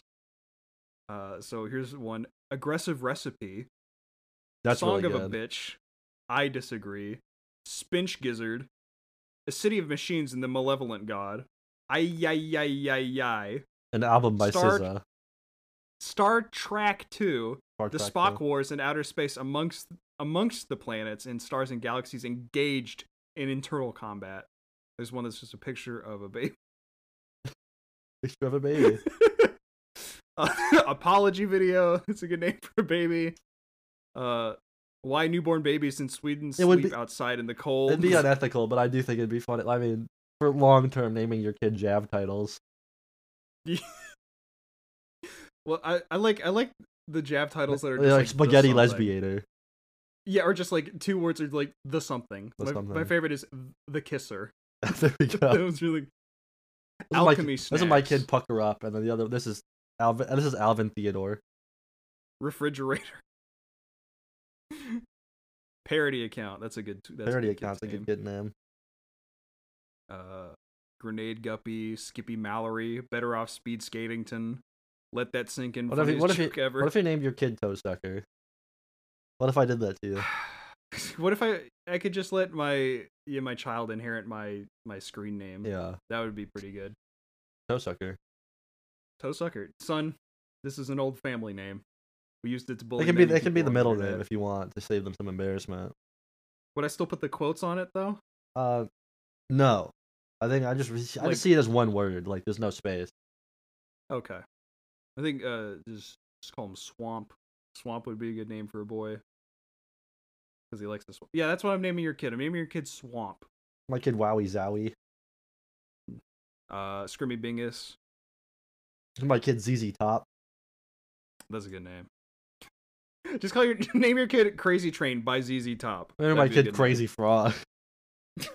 [SPEAKER 2] Uh, so here's one aggressive recipe.
[SPEAKER 1] That's
[SPEAKER 2] Song
[SPEAKER 1] really
[SPEAKER 2] of a
[SPEAKER 1] good.
[SPEAKER 2] Bitch. I disagree. Spinch Gizzard. A City of Machines and the Malevolent God. Ay yay yay yay yay.
[SPEAKER 1] An album by
[SPEAKER 2] Star-
[SPEAKER 1] SZA.
[SPEAKER 2] Star Trek 2.
[SPEAKER 1] Star
[SPEAKER 2] The
[SPEAKER 1] Trek
[SPEAKER 2] Spock
[SPEAKER 1] though.
[SPEAKER 2] Wars and Outer Space amongst amongst the planets and stars and galaxies engaged in internal combat. There's one that's just a picture of a baby.
[SPEAKER 1] Picture of a baby.
[SPEAKER 2] Uh, apology video. It's a good name for a baby. Uh, why newborn babies in Sweden
[SPEAKER 1] It would
[SPEAKER 2] sleep
[SPEAKER 1] be-
[SPEAKER 2] outside in the cold?
[SPEAKER 1] it'd be unethical, but I do think it'd be funny. I mean, for long term, naming your kid Jav titles.
[SPEAKER 2] Well, I, I like I like the jab titles that are
[SPEAKER 1] They're
[SPEAKER 2] just
[SPEAKER 1] like,
[SPEAKER 2] like, the
[SPEAKER 1] spaghetti
[SPEAKER 2] something.
[SPEAKER 1] lesbiator.
[SPEAKER 2] Yeah, or just like two words are like the something.
[SPEAKER 1] The
[SPEAKER 2] my, my
[SPEAKER 1] something.
[SPEAKER 2] favorite is the kisser.
[SPEAKER 1] there we go.
[SPEAKER 2] that was really
[SPEAKER 1] This is my-
[SPEAKER 2] alchemy
[SPEAKER 1] This is my
[SPEAKER 2] snacks.
[SPEAKER 1] kid pucker up, and then the other. This is Alvin. This is Alvin Theodore.
[SPEAKER 2] refrigerator. Parody account. That's a good. That's a
[SPEAKER 1] Parody
[SPEAKER 2] good kid's
[SPEAKER 1] accounts a good
[SPEAKER 2] name.
[SPEAKER 1] kid name.
[SPEAKER 2] uh, Grenade Guppy, Skippy Mallory, Better Off Speed Skatington. Let that sink in.
[SPEAKER 1] What if, you-
[SPEAKER 2] funniest
[SPEAKER 1] what, if
[SPEAKER 2] joke
[SPEAKER 1] you,
[SPEAKER 2] ever.
[SPEAKER 1] what if you named your kid Toe Sucker? What if I did that to
[SPEAKER 2] Um,
[SPEAKER 1] you?
[SPEAKER 2] what if I I could just let my yeah my child inherit my my screen name?
[SPEAKER 1] Yeah,
[SPEAKER 2] That would be pretty good.
[SPEAKER 1] Toe Sucker.
[SPEAKER 2] Toe sucker, son. This is an old family name. We used it to bully.
[SPEAKER 1] It can be.
[SPEAKER 2] many
[SPEAKER 1] It can be
[SPEAKER 2] people
[SPEAKER 1] the
[SPEAKER 2] on
[SPEAKER 1] middle
[SPEAKER 2] internet.
[SPEAKER 1] name if you want to save them some embarrassment.
[SPEAKER 2] Would I still put the quotes on it though?
[SPEAKER 1] Uh, no, I think I just re- I
[SPEAKER 2] Like-
[SPEAKER 1] just see it as one word. Like there's no space.
[SPEAKER 2] Okay. I think uh just, just call him Swamp. Swamp would be a good name for a boy. Because he likes to swamp. Yeah, that's what I'm naming your kid. I'm naming your kid Swamp.
[SPEAKER 1] My kid Wowie Zowie.
[SPEAKER 2] Uh Scrimmy Bingus.
[SPEAKER 1] My kid ZZ Top.
[SPEAKER 2] That's a good name. Just call your name your kid Crazy Train by ZZ Top.
[SPEAKER 1] And my
[SPEAKER 2] That'd be a good
[SPEAKER 1] kid
[SPEAKER 2] name.
[SPEAKER 1] Crazy Frog.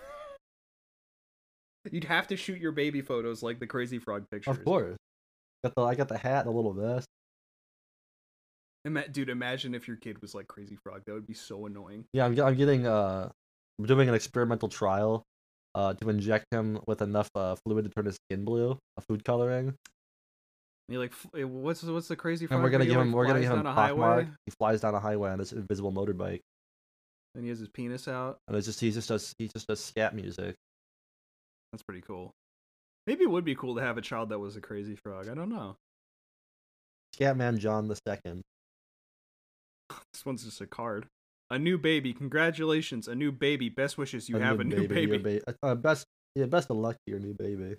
[SPEAKER 2] You'd have to shoot your baby photos like the Crazy Frog pictures.
[SPEAKER 1] Of course. Got the I got the hat and the little vest.
[SPEAKER 2] Ima- dude, imagine if your kid was like Crazy Frog. That would be so annoying.
[SPEAKER 1] Yeah, I'm, ge- I'm getting uh, I'm doing an experimental trial, uh, to inject him with enough uh fluid to turn his skin blue, a food coloring,
[SPEAKER 2] You're like, "F- eh, what's what's the Crazy Frog?
[SPEAKER 1] and we're gonna
[SPEAKER 2] video
[SPEAKER 1] give
[SPEAKER 2] where
[SPEAKER 1] him we're gonna
[SPEAKER 2] he flies
[SPEAKER 1] give him
[SPEAKER 2] down a
[SPEAKER 1] pock mark.
[SPEAKER 2] highway
[SPEAKER 1] He flies down a highway on this invisible motorbike,
[SPEAKER 2] And he has his penis out.
[SPEAKER 1] and it's just he just does he just does scat music.
[SPEAKER 2] That's pretty cool. Maybe it would be cool to have a child that was a crazy frog. I don't know.
[SPEAKER 1] Scatman John the Second.
[SPEAKER 2] This one's just a card. A new baby. Congratulations, a new baby. Best wishes. You have a new baby.
[SPEAKER 1] your ba- uh, best yeah, best of luck to your new baby.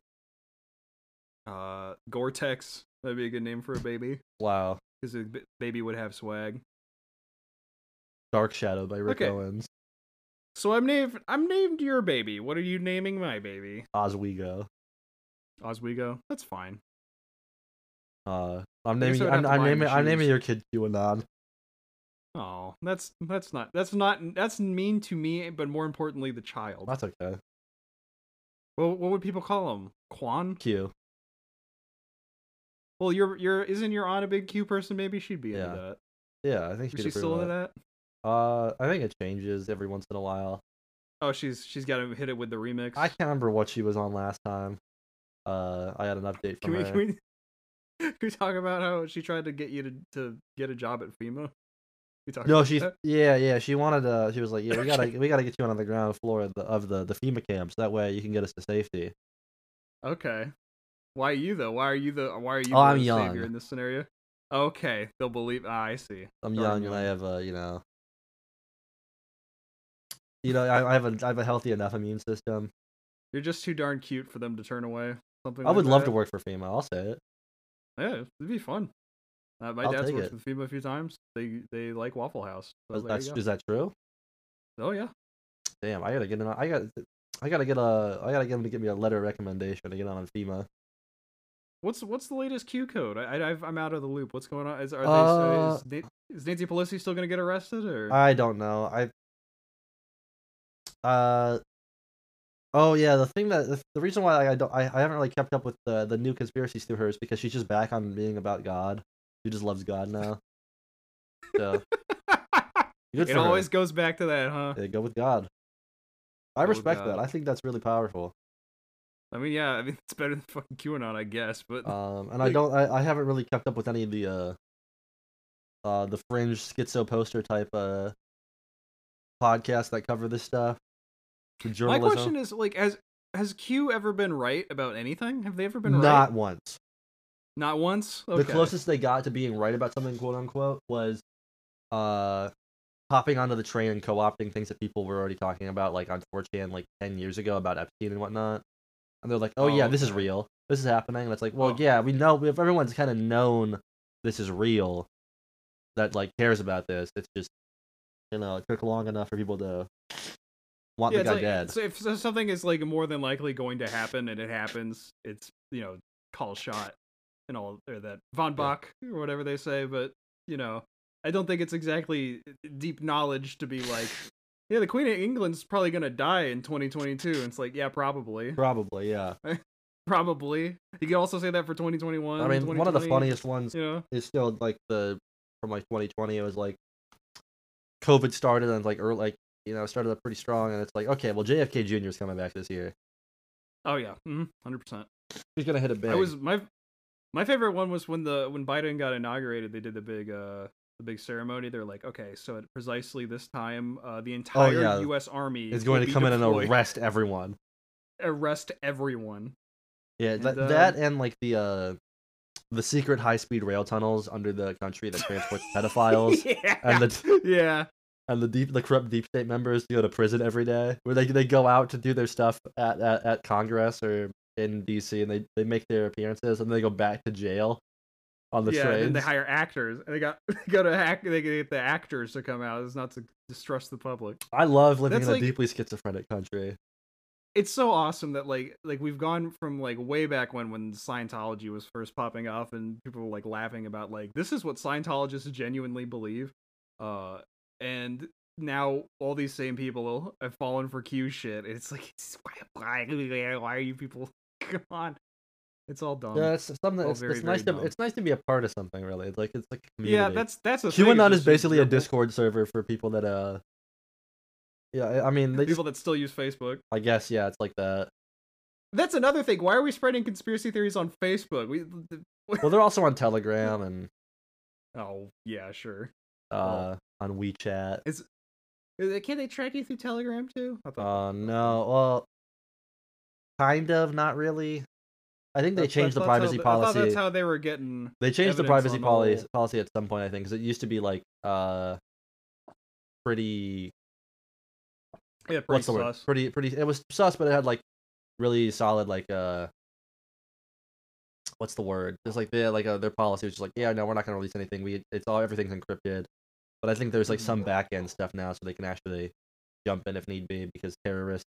[SPEAKER 2] Uh, Gore-Tex. That'd be a good name for a baby
[SPEAKER 1] Wow,
[SPEAKER 2] because a b- baby would have swag.
[SPEAKER 1] Dark Shadow by Rick
[SPEAKER 2] Okay.
[SPEAKER 1] Owens,
[SPEAKER 2] So I'm named. I'm named your baby. What are you naming my baby?
[SPEAKER 1] Oswego.
[SPEAKER 2] Oswego. That's fine.
[SPEAKER 1] Uh, I'm
[SPEAKER 2] I guess
[SPEAKER 1] naming
[SPEAKER 2] I would have
[SPEAKER 1] I'm,
[SPEAKER 2] to
[SPEAKER 1] I'm
[SPEAKER 2] buy him
[SPEAKER 1] naming I'm naming
[SPEAKER 2] shoes.
[SPEAKER 1] your kid QAnon.
[SPEAKER 2] Oh, that's that's not that's not that's mean to me, but more importantly, the child.
[SPEAKER 1] That's okay.
[SPEAKER 2] Well, what would people call him? Quan?
[SPEAKER 1] Q.
[SPEAKER 2] Well, you're you're isn't your aunt a big Q person? Maybe she'd be into
[SPEAKER 1] Yeah.
[SPEAKER 2] that.
[SPEAKER 1] Yeah, I think
[SPEAKER 2] Is
[SPEAKER 1] she'd
[SPEAKER 2] she
[SPEAKER 1] approve
[SPEAKER 2] still
[SPEAKER 1] of
[SPEAKER 2] into
[SPEAKER 1] that.
[SPEAKER 2] that?
[SPEAKER 1] Uh, I think it changes every once in a while.
[SPEAKER 2] Oh, she's she's got to hit it with the remix.
[SPEAKER 1] I can't remember what she was on last time. Uh, I had an update
[SPEAKER 2] can
[SPEAKER 1] from
[SPEAKER 2] we,
[SPEAKER 1] her.
[SPEAKER 2] can we can we talk about how she tried to get you to, to get a job at FEMA? We talked
[SPEAKER 1] No,
[SPEAKER 2] about
[SPEAKER 1] she's
[SPEAKER 2] that?
[SPEAKER 1] yeah, yeah. She wanted to. She was like, yeah, we gotta, we gotta get you on the ground floor of the of the, the FEMA camps. That way, you can get us to safety.
[SPEAKER 2] okay. Why you though? Why are you the why are you
[SPEAKER 1] Oh,
[SPEAKER 2] the
[SPEAKER 1] I'm
[SPEAKER 2] savior
[SPEAKER 1] young.
[SPEAKER 2] in this scenario? Okay, they'll believe. Ah, I see.
[SPEAKER 1] I'm
[SPEAKER 2] Darn
[SPEAKER 1] young and I
[SPEAKER 2] young.
[SPEAKER 1] have a, you know, you know, I, I have a, I have a healthy enough immune system.
[SPEAKER 2] You're just too darn cute for them to turn away. Something
[SPEAKER 1] I would
[SPEAKER 2] like
[SPEAKER 1] love
[SPEAKER 2] that.
[SPEAKER 1] to work for FEMA. I'll say it.
[SPEAKER 2] Yeah, it'd be fun. Uh, my
[SPEAKER 1] I'll
[SPEAKER 2] dad's
[SPEAKER 1] take
[SPEAKER 2] worked
[SPEAKER 1] it.
[SPEAKER 2] with FEMA a few times. They they like Waffle House. So
[SPEAKER 1] Is,
[SPEAKER 2] there you
[SPEAKER 1] that's,
[SPEAKER 2] go.
[SPEAKER 1] is that true?
[SPEAKER 2] Oh yeah.
[SPEAKER 1] Damn, I gotta get an. I got. I gotta get a. I gotta get him to give me a letter of recommendation to get on FEMA.
[SPEAKER 2] What's what's the latest Q code? I, I I've- I'm out of the loop. What's going on? Is are
[SPEAKER 1] Uh,
[SPEAKER 2] they, so is, Na- is Nancy Pelosi still gonna get arrested or?
[SPEAKER 1] I don't know. I. Uh. Oh yeah, the thing that the, the reason why I don't I, I haven't really kept up with the the new conspiracies through her is because she's just back on being about God. She just loves God now. So good
[SPEAKER 2] it
[SPEAKER 1] for her.
[SPEAKER 2] always goes back to that, huh?
[SPEAKER 1] Yeah, go with God. I
[SPEAKER 2] Go with
[SPEAKER 1] respect that.
[SPEAKER 2] God.
[SPEAKER 1] I think that's really powerful.
[SPEAKER 2] I mean, yeah. I mean, it's better than fucking QAnon, I guess. But
[SPEAKER 1] Um, and I
[SPEAKER 2] Like-
[SPEAKER 1] don't. I, I haven't really kept up with any of the uh, uh, the fringe schizo poster type uh podcasts that cover this stuff. The
[SPEAKER 2] my
[SPEAKER 1] journalism.
[SPEAKER 2] question is, like, has has Q ever been right about anything? Have they ever been
[SPEAKER 1] not
[SPEAKER 2] right?
[SPEAKER 1] once.
[SPEAKER 2] Not once. Okay.
[SPEAKER 1] The closest they got to being right about something, quote unquote, was uh hopping onto the train and co-opting things that people were already talking about, like on 4chan, like 10 years ago about Epstein and whatnot. And they're like, "Oh,
[SPEAKER 2] Oh,
[SPEAKER 1] yeah, this is
[SPEAKER 2] okay.
[SPEAKER 1] real. This is happening." And it's like, "Well,
[SPEAKER 2] Oh.
[SPEAKER 1] yeah, we know. If everyone's kind of known this is real, that like cares about this, it's just you know, it took long enough for people to want
[SPEAKER 2] Yeah,
[SPEAKER 1] the
[SPEAKER 2] it's
[SPEAKER 1] guy
[SPEAKER 2] like,
[SPEAKER 1] dead."
[SPEAKER 2] So if so- something is like more than likely going to happen and it happens, it's you know call shot. and all or that von Bach or whatever they say, but you know, I don't think it's exactly uh, deep knowledge to be like, yeah, the Queen of England's probably gonna die in 2022. And it's like, yeah, probably,
[SPEAKER 1] Probably, yeah.
[SPEAKER 2] probably. You can also say that for 2021.
[SPEAKER 1] I mean, one of the
[SPEAKER 2] 2020,
[SPEAKER 1] funniest ones
[SPEAKER 2] You know,
[SPEAKER 1] is still like the from like 2020. It was like COVID started and like early, like you know, started up pretty strong, and it's like okay, well JFK Jr. is coming back this year.
[SPEAKER 2] oh yeah, 100 percent.
[SPEAKER 1] He's gonna hit a big.
[SPEAKER 2] I was my my favorite one was when the when Biden got inaugurated. They did the big uh the big ceremony. They're like, okay, so at precisely this time, uh, the entire
[SPEAKER 1] Oh, yeah.
[SPEAKER 2] U.S. Army
[SPEAKER 1] is going
[SPEAKER 2] will
[SPEAKER 1] to
[SPEAKER 2] be
[SPEAKER 1] come in
[SPEAKER 2] deployed-
[SPEAKER 1] and arrest everyone.
[SPEAKER 2] arrest everyone.
[SPEAKER 1] Yeah,
[SPEAKER 2] And,
[SPEAKER 1] that,
[SPEAKER 2] uh,
[SPEAKER 1] that and like the uh the secret high speed rail tunnels under the country that transport pedophiles
[SPEAKER 2] yeah.
[SPEAKER 1] and the
[SPEAKER 2] yeah,
[SPEAKER 1] and the deep the corrupt deep state members go to prison every day where they they go out to do their stuff at at, at Congress or in DC and they they make their appearances and they go back to jail on the
[SPEAKER 2] yeah. And
[SPEAKER 1] trains.
[SPEAKER 2] then they hire actors. And they got they go to hack. They get the actors to come out. It's not to distrust the public.
[SPEAKER 1] I love living
[SPEAKER 2] That's
[SPEAKER 1] in a
[SPEAKER 2] like-
[SPEAKER 1] deeply schizophrenic country.
[SPEAKER 2] it's so awesome that like like we've gone from like way back when when Scientology was first popping off and people were like laughing about like this is what Scientologists genuinely believe, uh, and now all these same people have fallen for Q shit. It's like it's, why, why, why are you people? Come on, it's all dumb.
[SPEAKER 1] yeah, it's something.
[SPEAKER 2] Um, all
[SPEAKER 1] It's,
[SPEAKER 2] very,
[SPEAKER 1] it's nice
[SPEAKER 2] very
[SPEAKER 1] to
[SPEAKER 2] dumb.
[SPEAKER 1] it's nice to be a part of something. Really, it's like it's like a
[SPEAKER 2] yeah,
[SPEAKER 1] community.
[SPEAKER 2] that's that's a
[SPEAKER 1] QAnon is basically a Discord server for people that uh. Yeah, I- I mean, they just,
[SPEAKER 2] People that still use Facebook.
[SPEAKER 1] I guess yeah, it's like that.
[SPEAKER 2] That's another thing. Why are we spreading conspiracy theories on Facebook? We,
[SPEAKER 1] Well, they're also on Telegram and
[SPEAKER 2] oh yeah, sure.
[SPEAKER 1] uh on WeChat.
[SPEAKER 2] Uh, Can they track you through Telegram too? I thought
[SPEAKER 1] Oh no, well, kind of, not really. I think they
[SPEAKER 2] That's-
[SPEAKER 1] changed the
[SPEAKER 2] that's how
[SPEAKER 1] privacy
[SPEAKER 2] they- I thought
[SPEAKER 1] policy.
[SPEAKER 2] that's how they were getting.
[SPEAKER 1] They changed the
[SPEAKER 2] evidence
[SPEAKER 1] privacy
[SPEAKER 2] on the whole-
[SPEAKER 1] policy policy at some point, I think, because it used to be like uh, pretty
[SPEAKER 2] Yeah, pretty
[SPEAKER 1] what's the word?
[SPEAKER 2] sus.
[SPEAKER 1] Pretty pretty. It was sus, but it had like really solid like uh, what's the word? It's like they like uh, their policy was just like yeah, no, we're not gonna release anything. We it's all everything's encrypted. But I think there's like some back
[SPEAKER 2] Mm-hmm.
[SPEAKER 1] end stuff now, so they can actually jump in if need be because terrorists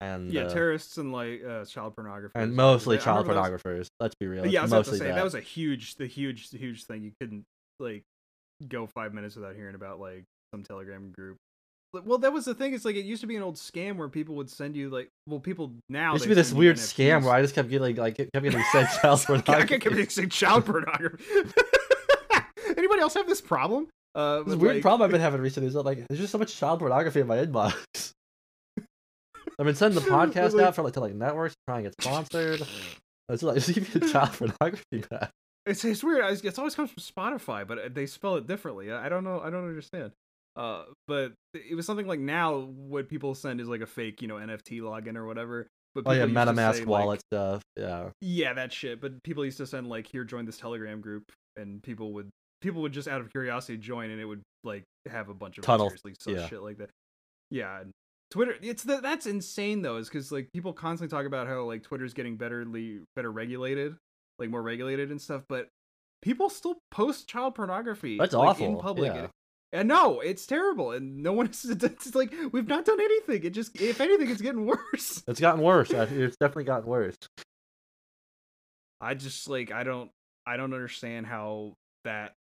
[SPEAKER 1] and
[SPEAKER 2] yeah,
[SPEAKER 1] uh,
[SPEAKER 2] terrorists and like uh, child pornography
[SPEAKER 1] and mostly
[SPEAKER 2] I
[SPEAKER 1] child
[SPEAKER 2] remember that was-
[SPEAKER 1] pornographers. Let's be real.
[SPEAKER 2] yeah, I
[SPEAKER 1] it's
[SPEAKER 2] was about to
[SPEAKER 1] mostly
[SPEAKER 2] say that. was a huge, the huge, the huge thing. You couldn't like go five minutes without hearing about like some Telegram group. Like, Well, that was the thing. It's like it used to be an old scam where people would send you like, well, people now
[SPEAKER 1] It used to
[SPEAKER 2] they
[SPEAKER 1] be this
[SPEAKER 2] send you
[SPEAKER 1] weird
[SPEAKER 2] NFTs.
[SPEAKER 1] scam where I just kept getting like kept getting sent child
[SPEAKER 2] I can't
[SPEAKER 1] pornography.
[SPEAKER 2] keep saying child pornography. Anybody else have this problem? Uh,
[SPEAKER 1] This
[SPEAKER 2] with,
[SPEAKER 1] weird
[SPEAKER 2] like-
[SPEAKER 1] problem I've been having recently is that like there's just so much child pornography in my inbox. I've been sending the podcast
[SPEAKER 2] Like-
[SPEAKER 1] out for like to like networks trying to get sponsored. It's like just give me the child pornography back.
[SPEAKER 2] It's it's weird. I- It's always comes from Spotify, but uh, they spell it differently. I I don't know. I don't understand. Uh, but it was something like now what people send is like a fake, you know, NFT login or whatever. But
[SPEAKER 1] Oh yeah,
[SPEAKER 2] people used to
[SPEAKER 1] MetaMask
[SPEAKER 2] say, like-
[SPEAKER 1] wallet stuff. Yeah,
[SPEAKER 2] yeah, that shit. But people used to send like, here, join this Telegram group, and people would people would just out of curiosity join, and it would like have a bunch of
[SPEAKER 1] Tunnel,
[SPEAKER 2] seriously sus
[SPEAKER 1] yeah.
[SPEAKER 2] shit like that. Yeah, and Twitter. It's the, that's insane though, is because like people constantly talk about how like Twitter's getting betterly better regulated, like more regulated and stuff, but people still post child pornography.
[SPEAKER 1] That's
[SPEAKER 2] like, in
[SPEAKER 1] awful,
[SPEAKER 2] public.
[SPEAKER 1] yeah.
[SPEAKER 2] And no, it's terrible, and no one is. It's like we've not done anything. It just, if anything, it's getting worse.
[SPEAKER 1] it's gotten worse. I- It's definitely gotten worse.
[SPEAKER 2] I just like I don't I don't understand how that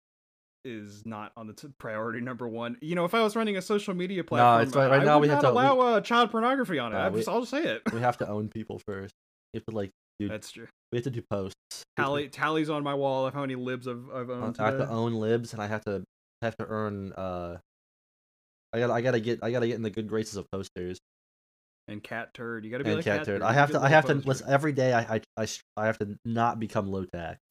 [SPEAKER 2] is not on the t- priority number one. You know, if I was running a social media platform,
[SPEAKER 1] it's right-
[SPEAKER 2] I-
[SPEAKER 1] right
[SPEAKER 2] I
[SPEAKER 1] now
[SPEAKER 2] would
[SPEAKER 1] we
[SPEAKER 2] not
[SPEAKER 1] have to-
[SPEAKER 2] allow uh, child pornography on it.
[SPEAKER 1] Uh,
[SPEAKER 2] I
[SPEAKER 1] we-
[SPEAKER 2] just, I'll just say it.
[SPEAKER 1] We have to own people first. We have to like do.
[SPEAKER 2] That's true.
[SPEAKER 1] We have to do posts. We have to-
[SPEAKER 2] Tally tallies on my wall of how many libs I've, I've
[SPEAKER 1] I
[SPEAKER 2] owned. uh,
[SPEAKER 1] I have
[SPEAKER 2] today.
[SPEAKER 1] to own libs, and I have to have to earn. uh I gotta, I gotta get, I gotta get in the good graces of posters
[SPEAKER 2] and cat turd. You got to be
[SPEAKER 1] and
[SPEAKER 2] like
[SPEAKER 1] cat turd. I
[SPEAKER 2] You
[SPEAKER 1] have
[SPEAKER 2] get
[SPEAKER 1] to, I
[SPEAKER 2] little
[SPEAKER 1] have to.
[SPEAKER 2] poster.
[SPEAKER 1] Listen, every day, I, I, I, str- I have to not become low tax.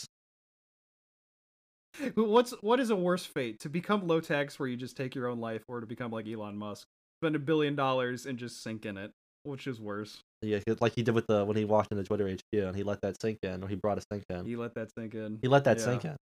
[SPEAKER 2] But What's what is a worse fate to become low tax where you just take your own life, or to become like Elon Musk, spend a billion dollars and just sink in it? Which is worse?
[SPEAKER 1] Yeah, 'cause like he did with the when he walked into Twitter HQ and he let that sink in, or he brought a sink in.
[SPEAKER 2] He let that sink in.
[SPEAKER 1] He let that
[SPEAKER 2] yeah.
[SPEAKER 1] sink in,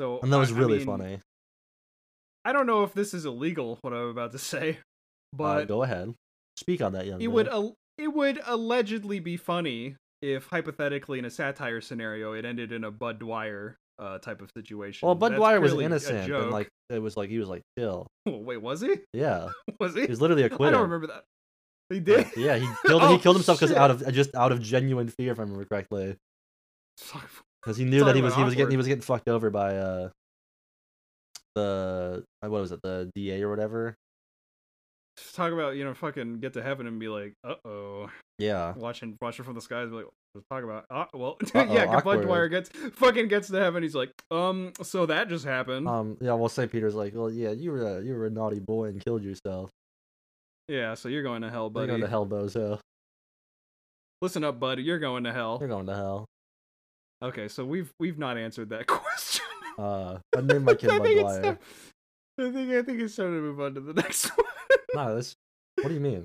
[SPEAKER 2] So
[SPEAKER 1] and that was
[SPEAKER 2] I- I
[SPEAKER 1] really
[SPEAKER 2] mean,
[SPEAKER 1] funny. Uh,
[SPEAKER 2] I don't know if this is illegal what I'm about to say,
[SPEAKER 1] uh,
[SPEAKER 2] but
[SPEAKER 1] go ahead, speak on that, young.
[SPEAKER 2] it
[SPEAKER 1] man.
[SPEAKER 2] would uh, al- it would allegedly be funny if hypothetically in a satire scenario it ended in a Bud Dwyer uh, type of situation.
[SPEAKER 1] Well, Bud
[SPEAKER 2] That's
[SPEAKER 1] Dwyer was
[SPEAKER 2] clearly a
[SPEAKER 1] innocent, and
[SPEAKER 2] joke.
[SPEAKER 1] like it was like he was like chill.
[SPEAKER 2] Well, wait, was he?
[SPEAKER 1] Yeah,
[SPEAKER 2] Was
[SPEAKER 1] he
[SPEAKER 2] he?
[SPEAKER 1] was literally a
[SPEAKER 2] I
[SPEAKER 1] quitter.
[SPEAKER 2] don't remember that. He did.
[SPEAKER 1] Yeah, he killed.
[SPEAKER 2] Oh,
[SPEAKER 1] he killed himself because
[SPEAKER 2] shit.
[SPEAKER 1] out of just out of genuine fear, if I remember correctly.
[SPEAKER 2] Fuck.
[SPEAKER 1] because he knew
[SPEAKER 2] Talk
[SPEAKER 1] that he
[SPEAKER 2] about
[SPEAKER 1] was he was getting he
[SPEAKER 2] awkward.
[SPEAKER 1] was getting fucked over by uh the uh, what was it the DA or whatever.
[SPEAKER 2] Talk about you know fucking get to heaven and be like, uh oh,
[SPEAKER 1] Yeah,
[SPEAKER 2] watching watching from the skies. Be like, let's talk about. Uh, well,
[SPEAKER 1] Uh-oh,
[SPEAKER 2] yeah,
[SPEAKER 1] awkward.
[SPEAKER 2] Budweiser gets fucking gets to heaven. He's like, um, so that just happened.
[SPEAKER 1] um, yeah. Well, St. Peter's like, well, yeah, you were a, you were a naughty boy and killed yourself.
[SPEAKER 2] yeah, so you're going to hell,
[SPEAKER 1] You're
[SPEAKER 2] buddy.
[SPEAKER 1] going to hell, bozo.
[SPEAKER 2] Listen up, buddy. You're going to hell.
[SPEAKER 1] You're going to hell.
[SPEAKER 2] Okay, so we've we've not answered that question.
[SPEAKER 1] Uh, I named my kid
[SPEAKER 2] I think it's
[SPEAKER 1] Budweiser.
[SPEAKER 2] time- I think I think it's time to move on to the next one.
[SPEAKER 1] No, that's what do you mean?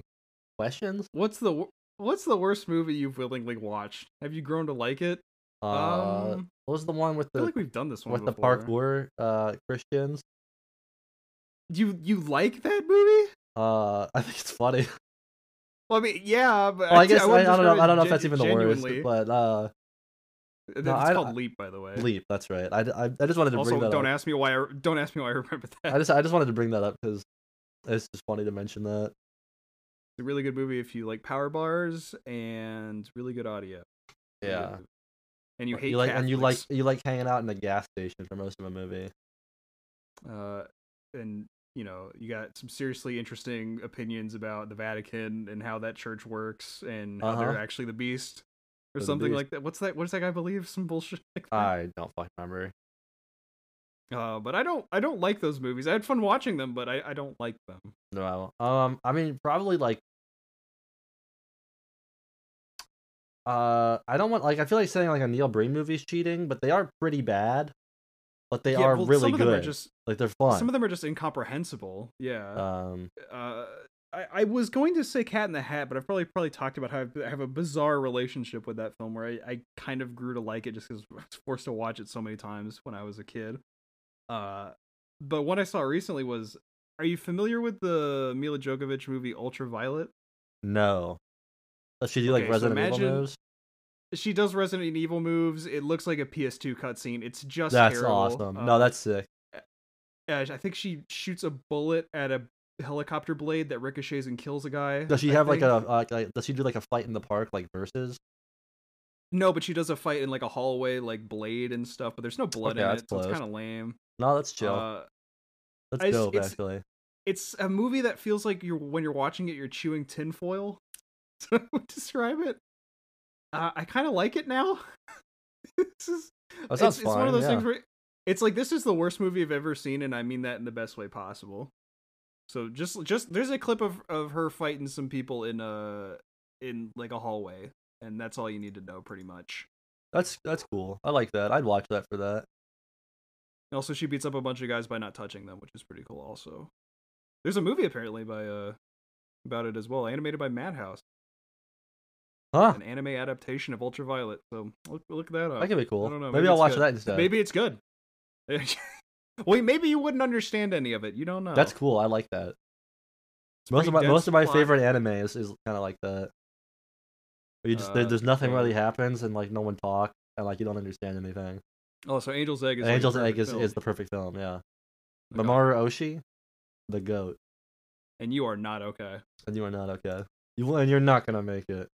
[SPEAKER 1] Questions?
[SPEAKER 2] What's the wor- What's the worst movie you've willingly watched? Have you grown to like it?
[SPEAKER 1] Uh,
[SPEAKER 2] um,
[SPEAKER 1] what was the one with
[SPEAKER 2] I feel
[SPEAKER 1] the
[SPEAKER 2] like we've done this one
[SPEAKER 1] with the
[SPEAKER 2] before.
[SPEAKER 1] parkour uh Christians?
[SPEAKER 2] You you like that movie?
[SPEAKER 1] Uh, I think it's funny.
[SPEAKER 2] Well, I mean, yeah, but
[SPEAKER 1] Well, I
[SPEAKER 2] I'd say-
[SPEAKER 1] guess I, I
[SPEAKER 2] wouldn't
[SPEAKER 1] don't know.
[SPEAKER 2] describe
[SPEAKER 1] I
[SPEAKER 2] it
[SPEAKER 1] don't know if
[SPEAKER 2] gen-
[SPEAKER 1] that's even the worst,
[SPEAKER 2] genuinely.
[SPEAKER 1] but uh,
[SPEAKER 2] It's
[SPEAKER 1] No, I-
[SPEAKER 2] called
[SPEAKER 1] I-
[SPEAKER 2] Leap, by the way.
[SPEAKER 1] leap. That's right. I, d- I, I just wanted to
[SPEAKER 2] Also,
[SPEAKER 1] bring that
[SPEAKER 2] don't
[SPEAKER 1] up.
[SPEAKER 2] ask me why. I, re- don't ask me why I remember that.
[SPEAKER 1] I just I just wanted to bring that up because it's just funny to mention that.
[SPEAKER 2] It's a really good movie if you like power bars and really good audio. Really good movie. And you hate
[SPEAKER 1] you like and you like
[SPEAKER 2] Catholics.
[SPEAKER 1] you like hanging out in a gas station for most of a movie.
[SPEAKER 2] uh, and you know you got some seriously interesting opinions about the Vatican and how that church works and how they're
[SPEAKER 1] Uh-huh.
[SPEAKER 2] actually the beast or
[SPEAKER 1] They're the
[SPEAKER 2] something
[SPEAKER 1] beast.
[SPEAKER 2] like that. What's that? What does that guy believe? Some bullshit like that.
[SPEAKER 1] I don't fucking remember.
[SPEAKER 2] uh, but I don't. I don't like those movies. I had fun watching them, but I, I don't like them.
[SPEAKER 1] No. Um. I mean, probably like. Uh, I don't want like I feel like saying like a Neil Breen movie's cheating, but they are pretty bad. But they
[SPEAKER 2] Yeah,
[SPEAKER 1] are
[SPEAKER 2] well,
[SPEAKER 1] really
[SPEAKER 2] some Of them are
[SPEAKER 1] good.
[SPEAKER 2] just
[SPEAKER 1] Like they're fun.
[SPEAKER 2] some of them are just incomprehensible. Yeah.
[SPEAKER 1] Um.
[SPEAKER 2] uh, I, I was going to say Cat in the Hat, but I've probably probably talked about how I've- I have a bizarre relationship with that film where I, I kind of grew to like it just because I was forced to watch it so many times when I was a kid. Uh, but what I saw recently was, are you familiar with the Mila Djokovic movie Ultraviolet?
[SPEAKER 1] No. Does she do like
[SPEAKER 2] Okay, so
[SPEAKER 1] Resident Evil
[SPEAKER 2] imagine-
[SPEAKER 1] moves?
[SPEAKER 2] She does Resident Evil moves. It looks like a PS2 cutscene. It's just
[SPEAKER 1] That's
[SPEAKER 2] terrible.
[SPEAKER 1] awesome.
[SPEAKER 2] Um,
[SPEAKER 1] no, that's sick.
[SPEAKER 2] uh, I think she shoots a bullet at a helicopter blade that ricochets and kills a guy.
[SPEAKER 1] Does she
[SPEAKER 2] I
[SPEAKER 1] have like a
[SPEAKER 2] think.
[SPEAKER 1] uh, like, does she do like a fight in the park like versus?
[SPEAKER 2] No, but she does a fight in like a hallway, like blade and stuff. But there's no blood
[SPEAKER 1] Okay,
[SPEAKER 2] in
[SPEAKER 1] that's
[SPEAKER 2] it, so it's
[SPEAKER 1] close.
[SPEAKER 2] kind of lame.
[SPEAKER 1] No, that's chill.
[SPEAKER 2] Uh,
[SPEAKER 1] that's
[SPEAKER 2] I s-
[SPEAKER 1] dope
[SPEAKER 2] it's-
[SPEAKER 1] actually.
[SPEAKER 2] it's a movie that feels like you're when you're watching it, you're chewing tinfoil. So I would describe it. Uh, I kind of like it now. this is
[SPEAKER 1] That
[SPEAKER 2] it's,
[SPEAKER 1] sounds
[SPEAKER 2] it's one
[SPEAKER 1] fine,
[SPEAKER 2] of those
[SPEAKER 1] yeah.
[SPEAKER 2] things where it's like this is the worst movie I've ever seen, and I mean that in the best way possible. So just just there's a clip of of her fighting some people in a in like a hallway, and that's all you need to know pretty much.
[SPEAKER 1] That's that's cool. I like that. I'd watch that for that.
[SPEAKER 2] And also, she beats up a bunch of guys by not touching them, which is pretty cool. Also, there's a movie apparently by uh about it as well, animated by Madhouse,
[SPEAKER 1] Huh?
[SPEAKER 2] an anime adaptation of Ultraviolet. So look look that up.
[SPEAKER 1] That could be cool.
[SPEAKER 2] I don't know,
[SPEAKER 1] Maybe,
[SPEAKER 2] maybe
[SPEAKER 1] I'll
[SPEAKER 2] it's
[SPEAKER 1] watch
[SPEAKER 2] good.
[SPEAKER 1] that instead.
[SPEAKER 2] Maybe it's good. Wait, maybe you wouldn't understand any of it. You don't know.
[SPEAKER 1] That's cool. I like that.
[SPEAKER 2] It's
[SPEAKER 1] Most
[SPEAKER 2] pretty
[SPEAKER 1] of my
[SPEAKER 2] dense
[SPEAKER 1] most of my
[SPEAKER 2] plot.
[SPEAKER 1] favorite anime is, is kind of like that. Where you just there,
[SPEAKER 2] Uh,
[SPEAKER 1] there's nothing
[SPEAKER 2] yeah.
[SPEAKER 1] really happens and like no one talks and like you don't understand anything.
[SPEAKER 2] Oh, so Angel's Egg is like,
[SPEAKER 1] Angel's
[SPEAKER 2] the
[SPEAKER 1] Egg
[SPEAKER 2] perfect
[SPEAKER 1] is,
[SPEAKER 2] film.
[SPEAKER 1] is the perfect film. Yeah.
[SPEAKER 2] Okay.
[SPEAKER 1] Mamoru Oshii, the goat,
[SPEAKER 2] and you are not okay.
[SPEAKER 1] and you are not okay. You will- and you're not gonna make it.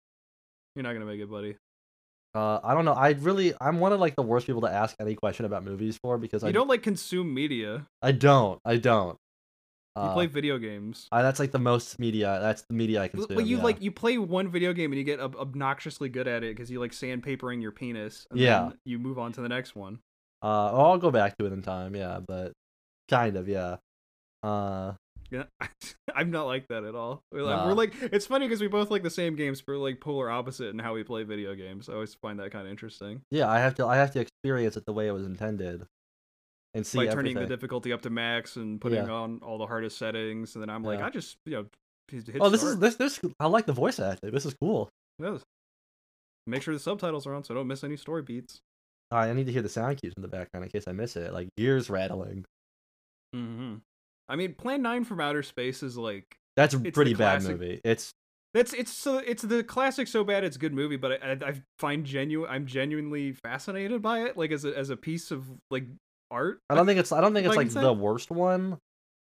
[SPEAKER 2] You're not gonna make it, buddy.
[SPEAKER 1] Uh, I don't know. I really, I'm one of like the worst people to ask any question about movies for because I
[SPEAKER 2] You don't like consume media.
[SPEAKER 1] I don't. I don't.
[SPEAKER 2] You
[SPEAKER 1] Uh,
[SPEAKER 2] play video games.
[SPEAKER 1] I, that's like the most media. That's the media I
[SPEAKER 2] Well,
[SPEAKER 1] consume.
[SPEAKER 2] But you
[SPEAKER 1] yeah.
[SPEAKER 2] like you play one video game and you get ob- obnoxiously good at it because you like sandpapering your penis. And
[SPEAKER 1] Yeah.
[SPEAKER 2] then you move on to the next one.
[SPEAKER 1] Uh, oh, I'll go back to it in time. Yeah, but kind of. Yeah. Uh,
[SPEAKER 2] Yeah, I'm not like that at all. We're like,
[SPEAKER 1] Nah.
[SPEAKER 2] we're like it's funny because we both like the same games, but we're like polar opposite in how we play video games. I always find that kind of interesting.
[SPEAKER 1] yeah. I have to. I have to experience it the way it was intended, and see
[SPEAKER 2] By turning
[SPEAKER 1] everything.
[SPEAKER 2] the difficulty up to max and putting
[SPEAKER 1] Yeah.
[SPEAKER 2] on all the hardest settings, and then I'm like,
[SPEAKER 1] Yeah.
[SPEAKER 2] I just you know, hit hit
[SPEAKER 1] oh, this is
[SPEAKER 2] start.
[SPEAKER 1] this this. I like the voice acting. This is cool.
[SPEAKER 2] Yes. Make sure the subtitles are on so I don't miss any story beats.
[SPEAKER 1] All right, I need to hear the sound cues in the background in case I miss it, like gears rattling.
[SPEAKER 2] Mm-hmm. I mean, Plan Nine from Outer Space is like
[SPEAKER 1] That's a
[SPEAKER 2] the
[SPEAKER 1] pretty bad
[SPEAKER 2] classic-
[SPEAKER 1] movie. It's
[SPEAKER 2] That's it's so it's the classic so bad it's a good movie, but I, I, I find genuine I'm genuinely fascinated by it, like as a as a piece of like art.
[SPEAKER 1] I don't think it's I don't think it's
[SPEAKER 2] Like I
[SPEAKER 1] like
[SPEAKER 2] said-
[SPEAKER 1] the worst one.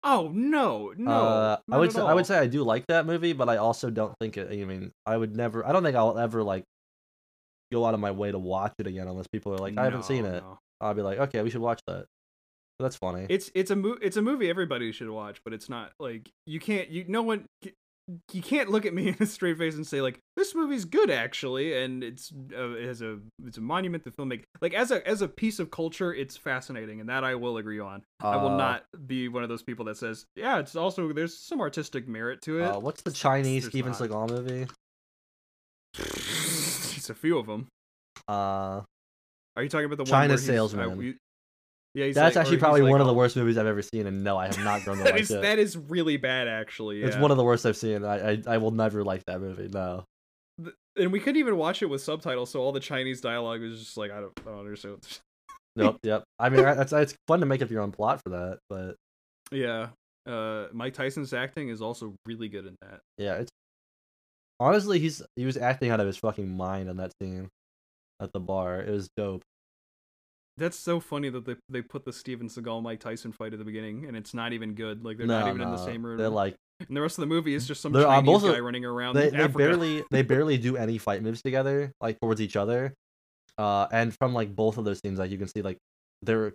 [SPEAKER 2] Oh no, no.
[SPEAKER 1] uh, I
[SPEAKER 2] not
[SPEAKER 1] would
[SPEAKER 2] at
[SPEAKER 1] say, I
[SPEAKER 2] all.
[SPEAKER 1] would say I do like that movie, but I also don't think it. I mean, I would never. I don't think I'll ever like go out of my way to watch it again unless people are like, I haven't seen
[SPEAKER 2] No,
[SPEAKER 1] it.
[SPEAKER 2] no.
[SPEAKER 1] I'll be like, okay, we should watch that. That's funny.
[SPEAKER 2] It's it's a mo- it's a movie everybody should watch, but it's not like you can't you no one you can't look at me in a straight face and say like this movie's good actually, and it's uh, it has a it's a monument to filmmaking. Like as a as a piece of culture, it's fascinating, and that I will agree on. I will
[SPEAKER 1] Uh,
[SPEAKER 2] not be one of those people that says yeah, it's also there's some artistic merit to it.
[SPEAKER 1] Uh, what's the Chinese
[SPEAKER 2] There's
[SPEAKER 1] Steven
[SPEAKER 2] not.
[SPEAKER 1] Seagal movie?
[SPEAKER 2] it's a few of them.
[SPEAKER 1] Uh,
[SPEAKER 2] Are you talking about the one
[SPEAKER 1] China
[SPEAKER 2] where he's- uh,
[SPEAKER 1] Salesman.
[SPEAKER 2] we- yeah, he's
[SPEAKER 1] that's
[SPEAKER 2] like- or
[SPEAKER 1] actually
[SPEAKER 2] he's
[SPEAKER 1] probably
[SPEAKER 2] like,
[SPEAKER 1] one of
[SPEAKER 2] "Oh,
[SPEAKER 1] the worst movies I've ever seen, and no, I have not grown to
[SPEAKER 2] that
[SPEAKER 1] like
[SPEAKER 2] is
[SPEAKER 1] it.
[SPEAKER 2] that is really bad actually.
[SPEAKER 1] It's
[SPEAKER 2] yeah.
[SPEAKER 1] one of the worst I've seen. I, I I will never like that movie. No.
[SPEAKER 2] Th- and we couldn't even watch it with subtitles, so all the Chinese dialogue was just like I don't, I don't understand. what-
[SPEAKER 1] Nope. yep. I mean, I- it's it's fun to make up your own plot for that, but
[SPEAKER 2] yeah, uh, Mike Tyson's acting is also really good in that.
[SPEAKER 1] yeah, it's honestly he's he was acting out of his fucking mind on that scene at the bar. It was dope.
[SPEAKER 2] That's so funny that they they put the Steven Seagal Mike Tyson fight at the beginning, and it's not even good. Like they're not
[SPEAKER 1] No,
[SPEAKER 2] even in the
[SPEAKER 1] no,
[SPEAKER 2] same room. Um,
[SPEAKER 1] They're like
[SPEAKER 2] and the rest of the movie is just some
[SPEAKER 1] They're, uh,
[SPEAKER 2] Chinese
[SPEAKER 1] both of-
[SPEAKER 2] guy running around.
[SPEAKER 1] they, they
[SPEAKER 2] Africa.
[SPEAKER 1] barely they barely do any fight moves together, like towards each other. Uh, and from like both of those scenes, like you can see like they're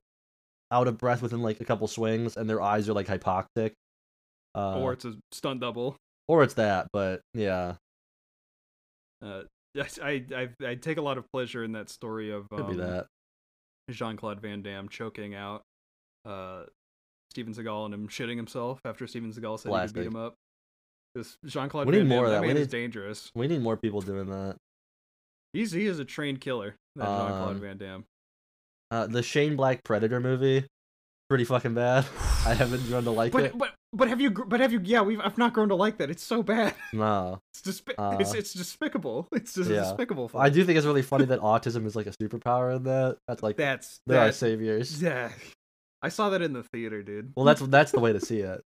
[SPEAKER 1] out of breath within like a couple swings, and their eyes are like hypoxic. Uh,
[SPEAKER 2] or it's a stunt double.
[SPEAKER 1] or it's that, but yeah,
[SPEAKER 2] Uh, I, I I I take a lot of pleasure in that story of
[SPEAKER 1] could
[SPEAKER 2] um,
[SPEAKER 1] be that.
[SPEAKER 2] Jean Claude Van Damme choking out uh, Steven Seagal and him shitting himself after Steven Seagal said he
[SPEAKER 1] Blasted.
[SPEAKER 2] could beat him up. This Jean Claude
[SPEAKER 1] We need
[SPEAKER 2] Van Damme,
[SPEAKER 1] more of
[SPEAKER 2] that
[SPEAKER 1] that. We
[SPEAKER 2] man is
[SPEAKER 1] need-
[SPEAKER 2] dangerous.
[SPEAKER 1] We need more people doing that.
[SPEAKER 2] He's he is a trained killer. That Jean Claude
[SPEAKER 1] Um,
[SPEAKER 2] Van Damme.
[SPEAKER 1] Uh, the Shane Black Predator movie, pretty fucking bad. I haven't grown to like it.
[SPEAKER 2] But but but have you gr- but have you yeah we've I've not grown to like that. It's so bad.
[SPEAKER 1] No,
[SPEAKER 2] It's despi-
[SPEAKER 1] Uh,
[SPEAKER 2] it's it's despicable. It's just
[SPEAKER 1] yeah.
[SPEAKER 2] despicable. For
[SPEAKER 1] I do think it's really funny that autism is like a superpower in that. That's like
[SPEAKER 2] That's
[SPEAKER 1] they're our
[SPEAKER 2] that's
[SPEAKER 1] saviors.
[SPEAKER 2] yeah. I saw that in the theater, dude.
[SPEAKER 1] Well, that's that's the way to see it.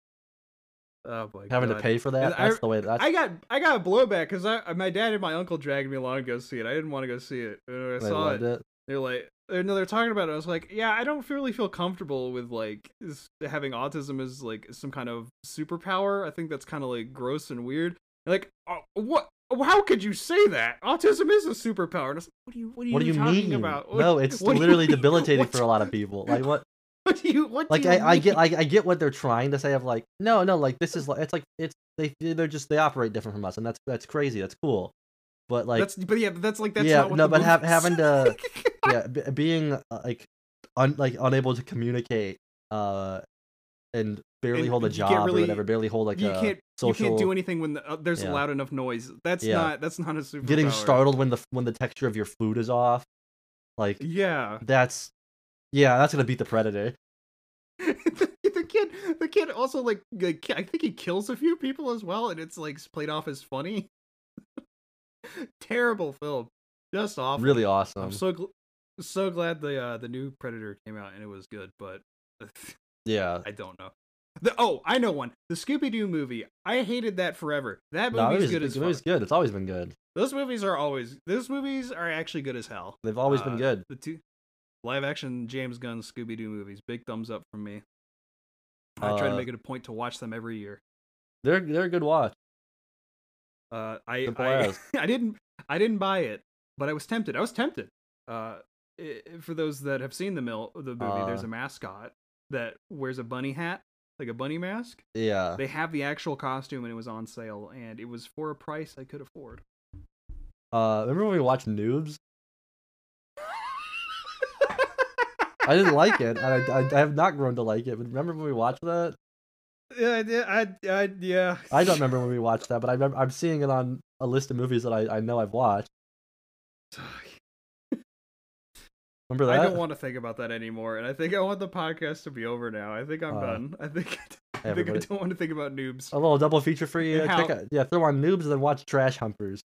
[SPEAKER 2] oh my
[SPEAKER 1] Having
[SPEAKER 2] god.
[SPEAKER 1] to pay for that.
[SPEAKER 2] I-
[SPEAKER 1] That's the way. That's
[SPEAKER 2] I got I got blowback because I my dad and my uncle dragged me along to go see it. I didn't want to go see it. And when I
[SPEAKER 1] they
[SPEAKER 2] saw it,
[SPEAKER 1] loved it.
[SPEAKER 2] They're like they're, no, they're talking about it. I was like, yeah, I don't really feel comfortable with like is, having autism as like some kind of superpower. I think that's kind of like gross and weird. They're like, oh, what? How could you say that? Autism is a superpower. And I was like, what do you what, are
[SPEAKER 1] What do you
[SPEAKER 2] talking
[SPEAKER 1] mean?
[SPEAKER 2] about?
[SPEAKER 1] No, it's
[SPEAKER 2] what do you
[SPEAKER 1] literally
[SPEAKER 2] mean?
[SPEAKER 1] debilitating
[SPEAKER 2] What-
[SPEAKER 1] for a lot of people. Like what?
[SPEAKER 2] What do you what?
[SPEAKER 1] Like
[SPEAKER 2] do you
[SPEAKER 1] I, I
[SPEAKER 2] mean?
[SPEAKER 1] get, like I get what they're trying to say. Of like, no, no, like this is like it's like it's they they're just they operate different from us, and that's that's crazy. That's cool, but like
[SPEAKER 2] that's but yeah, but that's like that's
[SPEAKER 1] yeah,
[SPEAKER 2] not what
[SPEAKER 1] no,
[SPEAKER 2] the
[SPEAKER 1] but
[SPEAKER 2] movie
[SPEAKER 1] hav-
[SPEAKER 2] is.
[SPEAKER 1] having to yeah, b- being uh, like un- like unable to communicate uh and barely
[SPEAKER 2] And
[SPEAKER 1] hold a
[SPEAKER 2] you can't
[SPEAKER 1] job
[SPEAKER 2] really-
[SPEAKER 1] or whatever, barely hold like
[SPEAKER 2] you
[SPEAKER 1] a
[SPEAKER 2] can't
[SPEAKER 1] social
[SPEAKER 2] you can't do anything when the, uh, there's
[SPEAKER 1] Yeah.
[SPEAKER 2] loud enough noise. That's
[SPEAKER 1] Yeah.
[SPEAKER 2] not that's not a superpower.
[SPEAKER 1] getting startled when the when the texture of your food is off. Like
[SPEAKER 2] Yeah.
[SPEAKER 1] that's yeah, that's going to beat the predator.
[SPEAKER 2] the kid the kid also like, like ki- i think he kills a few people as well and it's like played off as funny terrible film just awful
[SPEAKER 1] Really awesome.
[SPEAKER 2] i'm so gl- so glad the uh the new predator came out and it was good but
[SPEAKER 1] yeah.
[SPEAKER 2] i don't know the, oh i know one the scooby-doo movie i hated that forever that
[SPEAKER 1] No, it
[SPEAKER 2] movie's
[SPEAKER 1] was-
[SPEAKER 2] good
[SPEAKER 1] it
[SPEAKER 2] as fuck.
[SPEAKER 1] was good. It's always been good.
[SPEAKER 2] those movies are always those movies are actually good as hell
[SPEAKER 1] They've always been
[SPEAKER 2] Uh,
[SPEAKER 1] good.
[SPEAKER 2] the two live action James Gunn Scooby Doo movies. Big thumbs up from me. I try to
[SPEAKER 1] Uh,
[SPEAKER 2] make it a point to watch them every year.
[SPEAKER 1] They're they're a good watch.
[SPEAKER 2] Uh, I
[SPEAKER 1] simple
[SPEAKER 2] I,
[SPEAKER 1] as.
[SPEAKER 2] I didn't I didn't buy it, but I was tempted. I was tempted. Uh, i for those that have seen the mil- the movie, there's
[SPEAKER 1] Uh.
[SPEAKER 2] a mascot that wears a bunny hat, like a bunny mask.
[SPEAKER 1] Yeah.
[SPEAKER 2] They have the actual costume, and it was on sale, and it was for a price I could afford.
[SPEAKER 1] Uh, remember when we watched Noobs? I didn't like it. and I, I I have not grown to like it. But remember when we watched that?
[SPEAKER 2] Yeah, I, did- I, I yeah.
[SPEAKER 1] I don't remember when we watched that, but I remember, I'm seeing it on a list of movies that I, I know I've watched. Remember that?
[SPEAKER 2] I don't want to think about that anymore, and I think I want the podcast to be over now. I think I'm
[SPEAKER 1] Uh,
[SPEAKER 2] done. I think I think I
[SPEAKER 1] Everybody- Oh.
[SPEAKER 2] don't want to think about noobs.
[SPEAKER 1] a little double feature for you.
[SPEAKER 2] Yeah,
[SPEAKER 1] Check
[SPEAKER 2] how-
[SPEAKER 1] out, yeah, throw on Noobs and then watch Trash Humpers.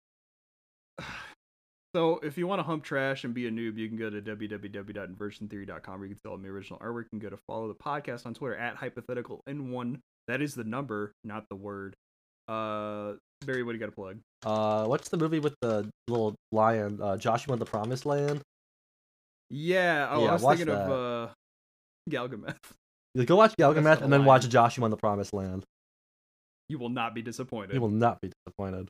[SPEAKER 2] So if you want to hump trash and be a noob, you can go to www.inversiontheory.com where you can sell me original artwork. You can go to follow the podcast on Twitter at hypothetical n1. That is the number, not the word. Uh, Barry, what do you got to plug?
[SPEAKER 1] Uh, what's the movie with the little lion? Uh, Joshua and the Promised Land.
[SPEAKER 2] Yeah. Oh,
[SPEAKER 1] Yeah,
[SPEAKER 2] I was
[SPEAKER 1] watch
[SPEAKER 2] thinking of uh, Galgameth.
[SPEAKER 1] You go watch
[SPEAKER 2] That's
[SPEAKER 1] Galgameth
[SPEAKER 2] the
[SPEAKER 1] and then
[SPEAKER 2] lion.
[SPEAKER 1] watch Joshua and the Promised Land.
[SPEAKER 2] You will not be disappointed.
[SPEAKER 1] You will not be disappointed.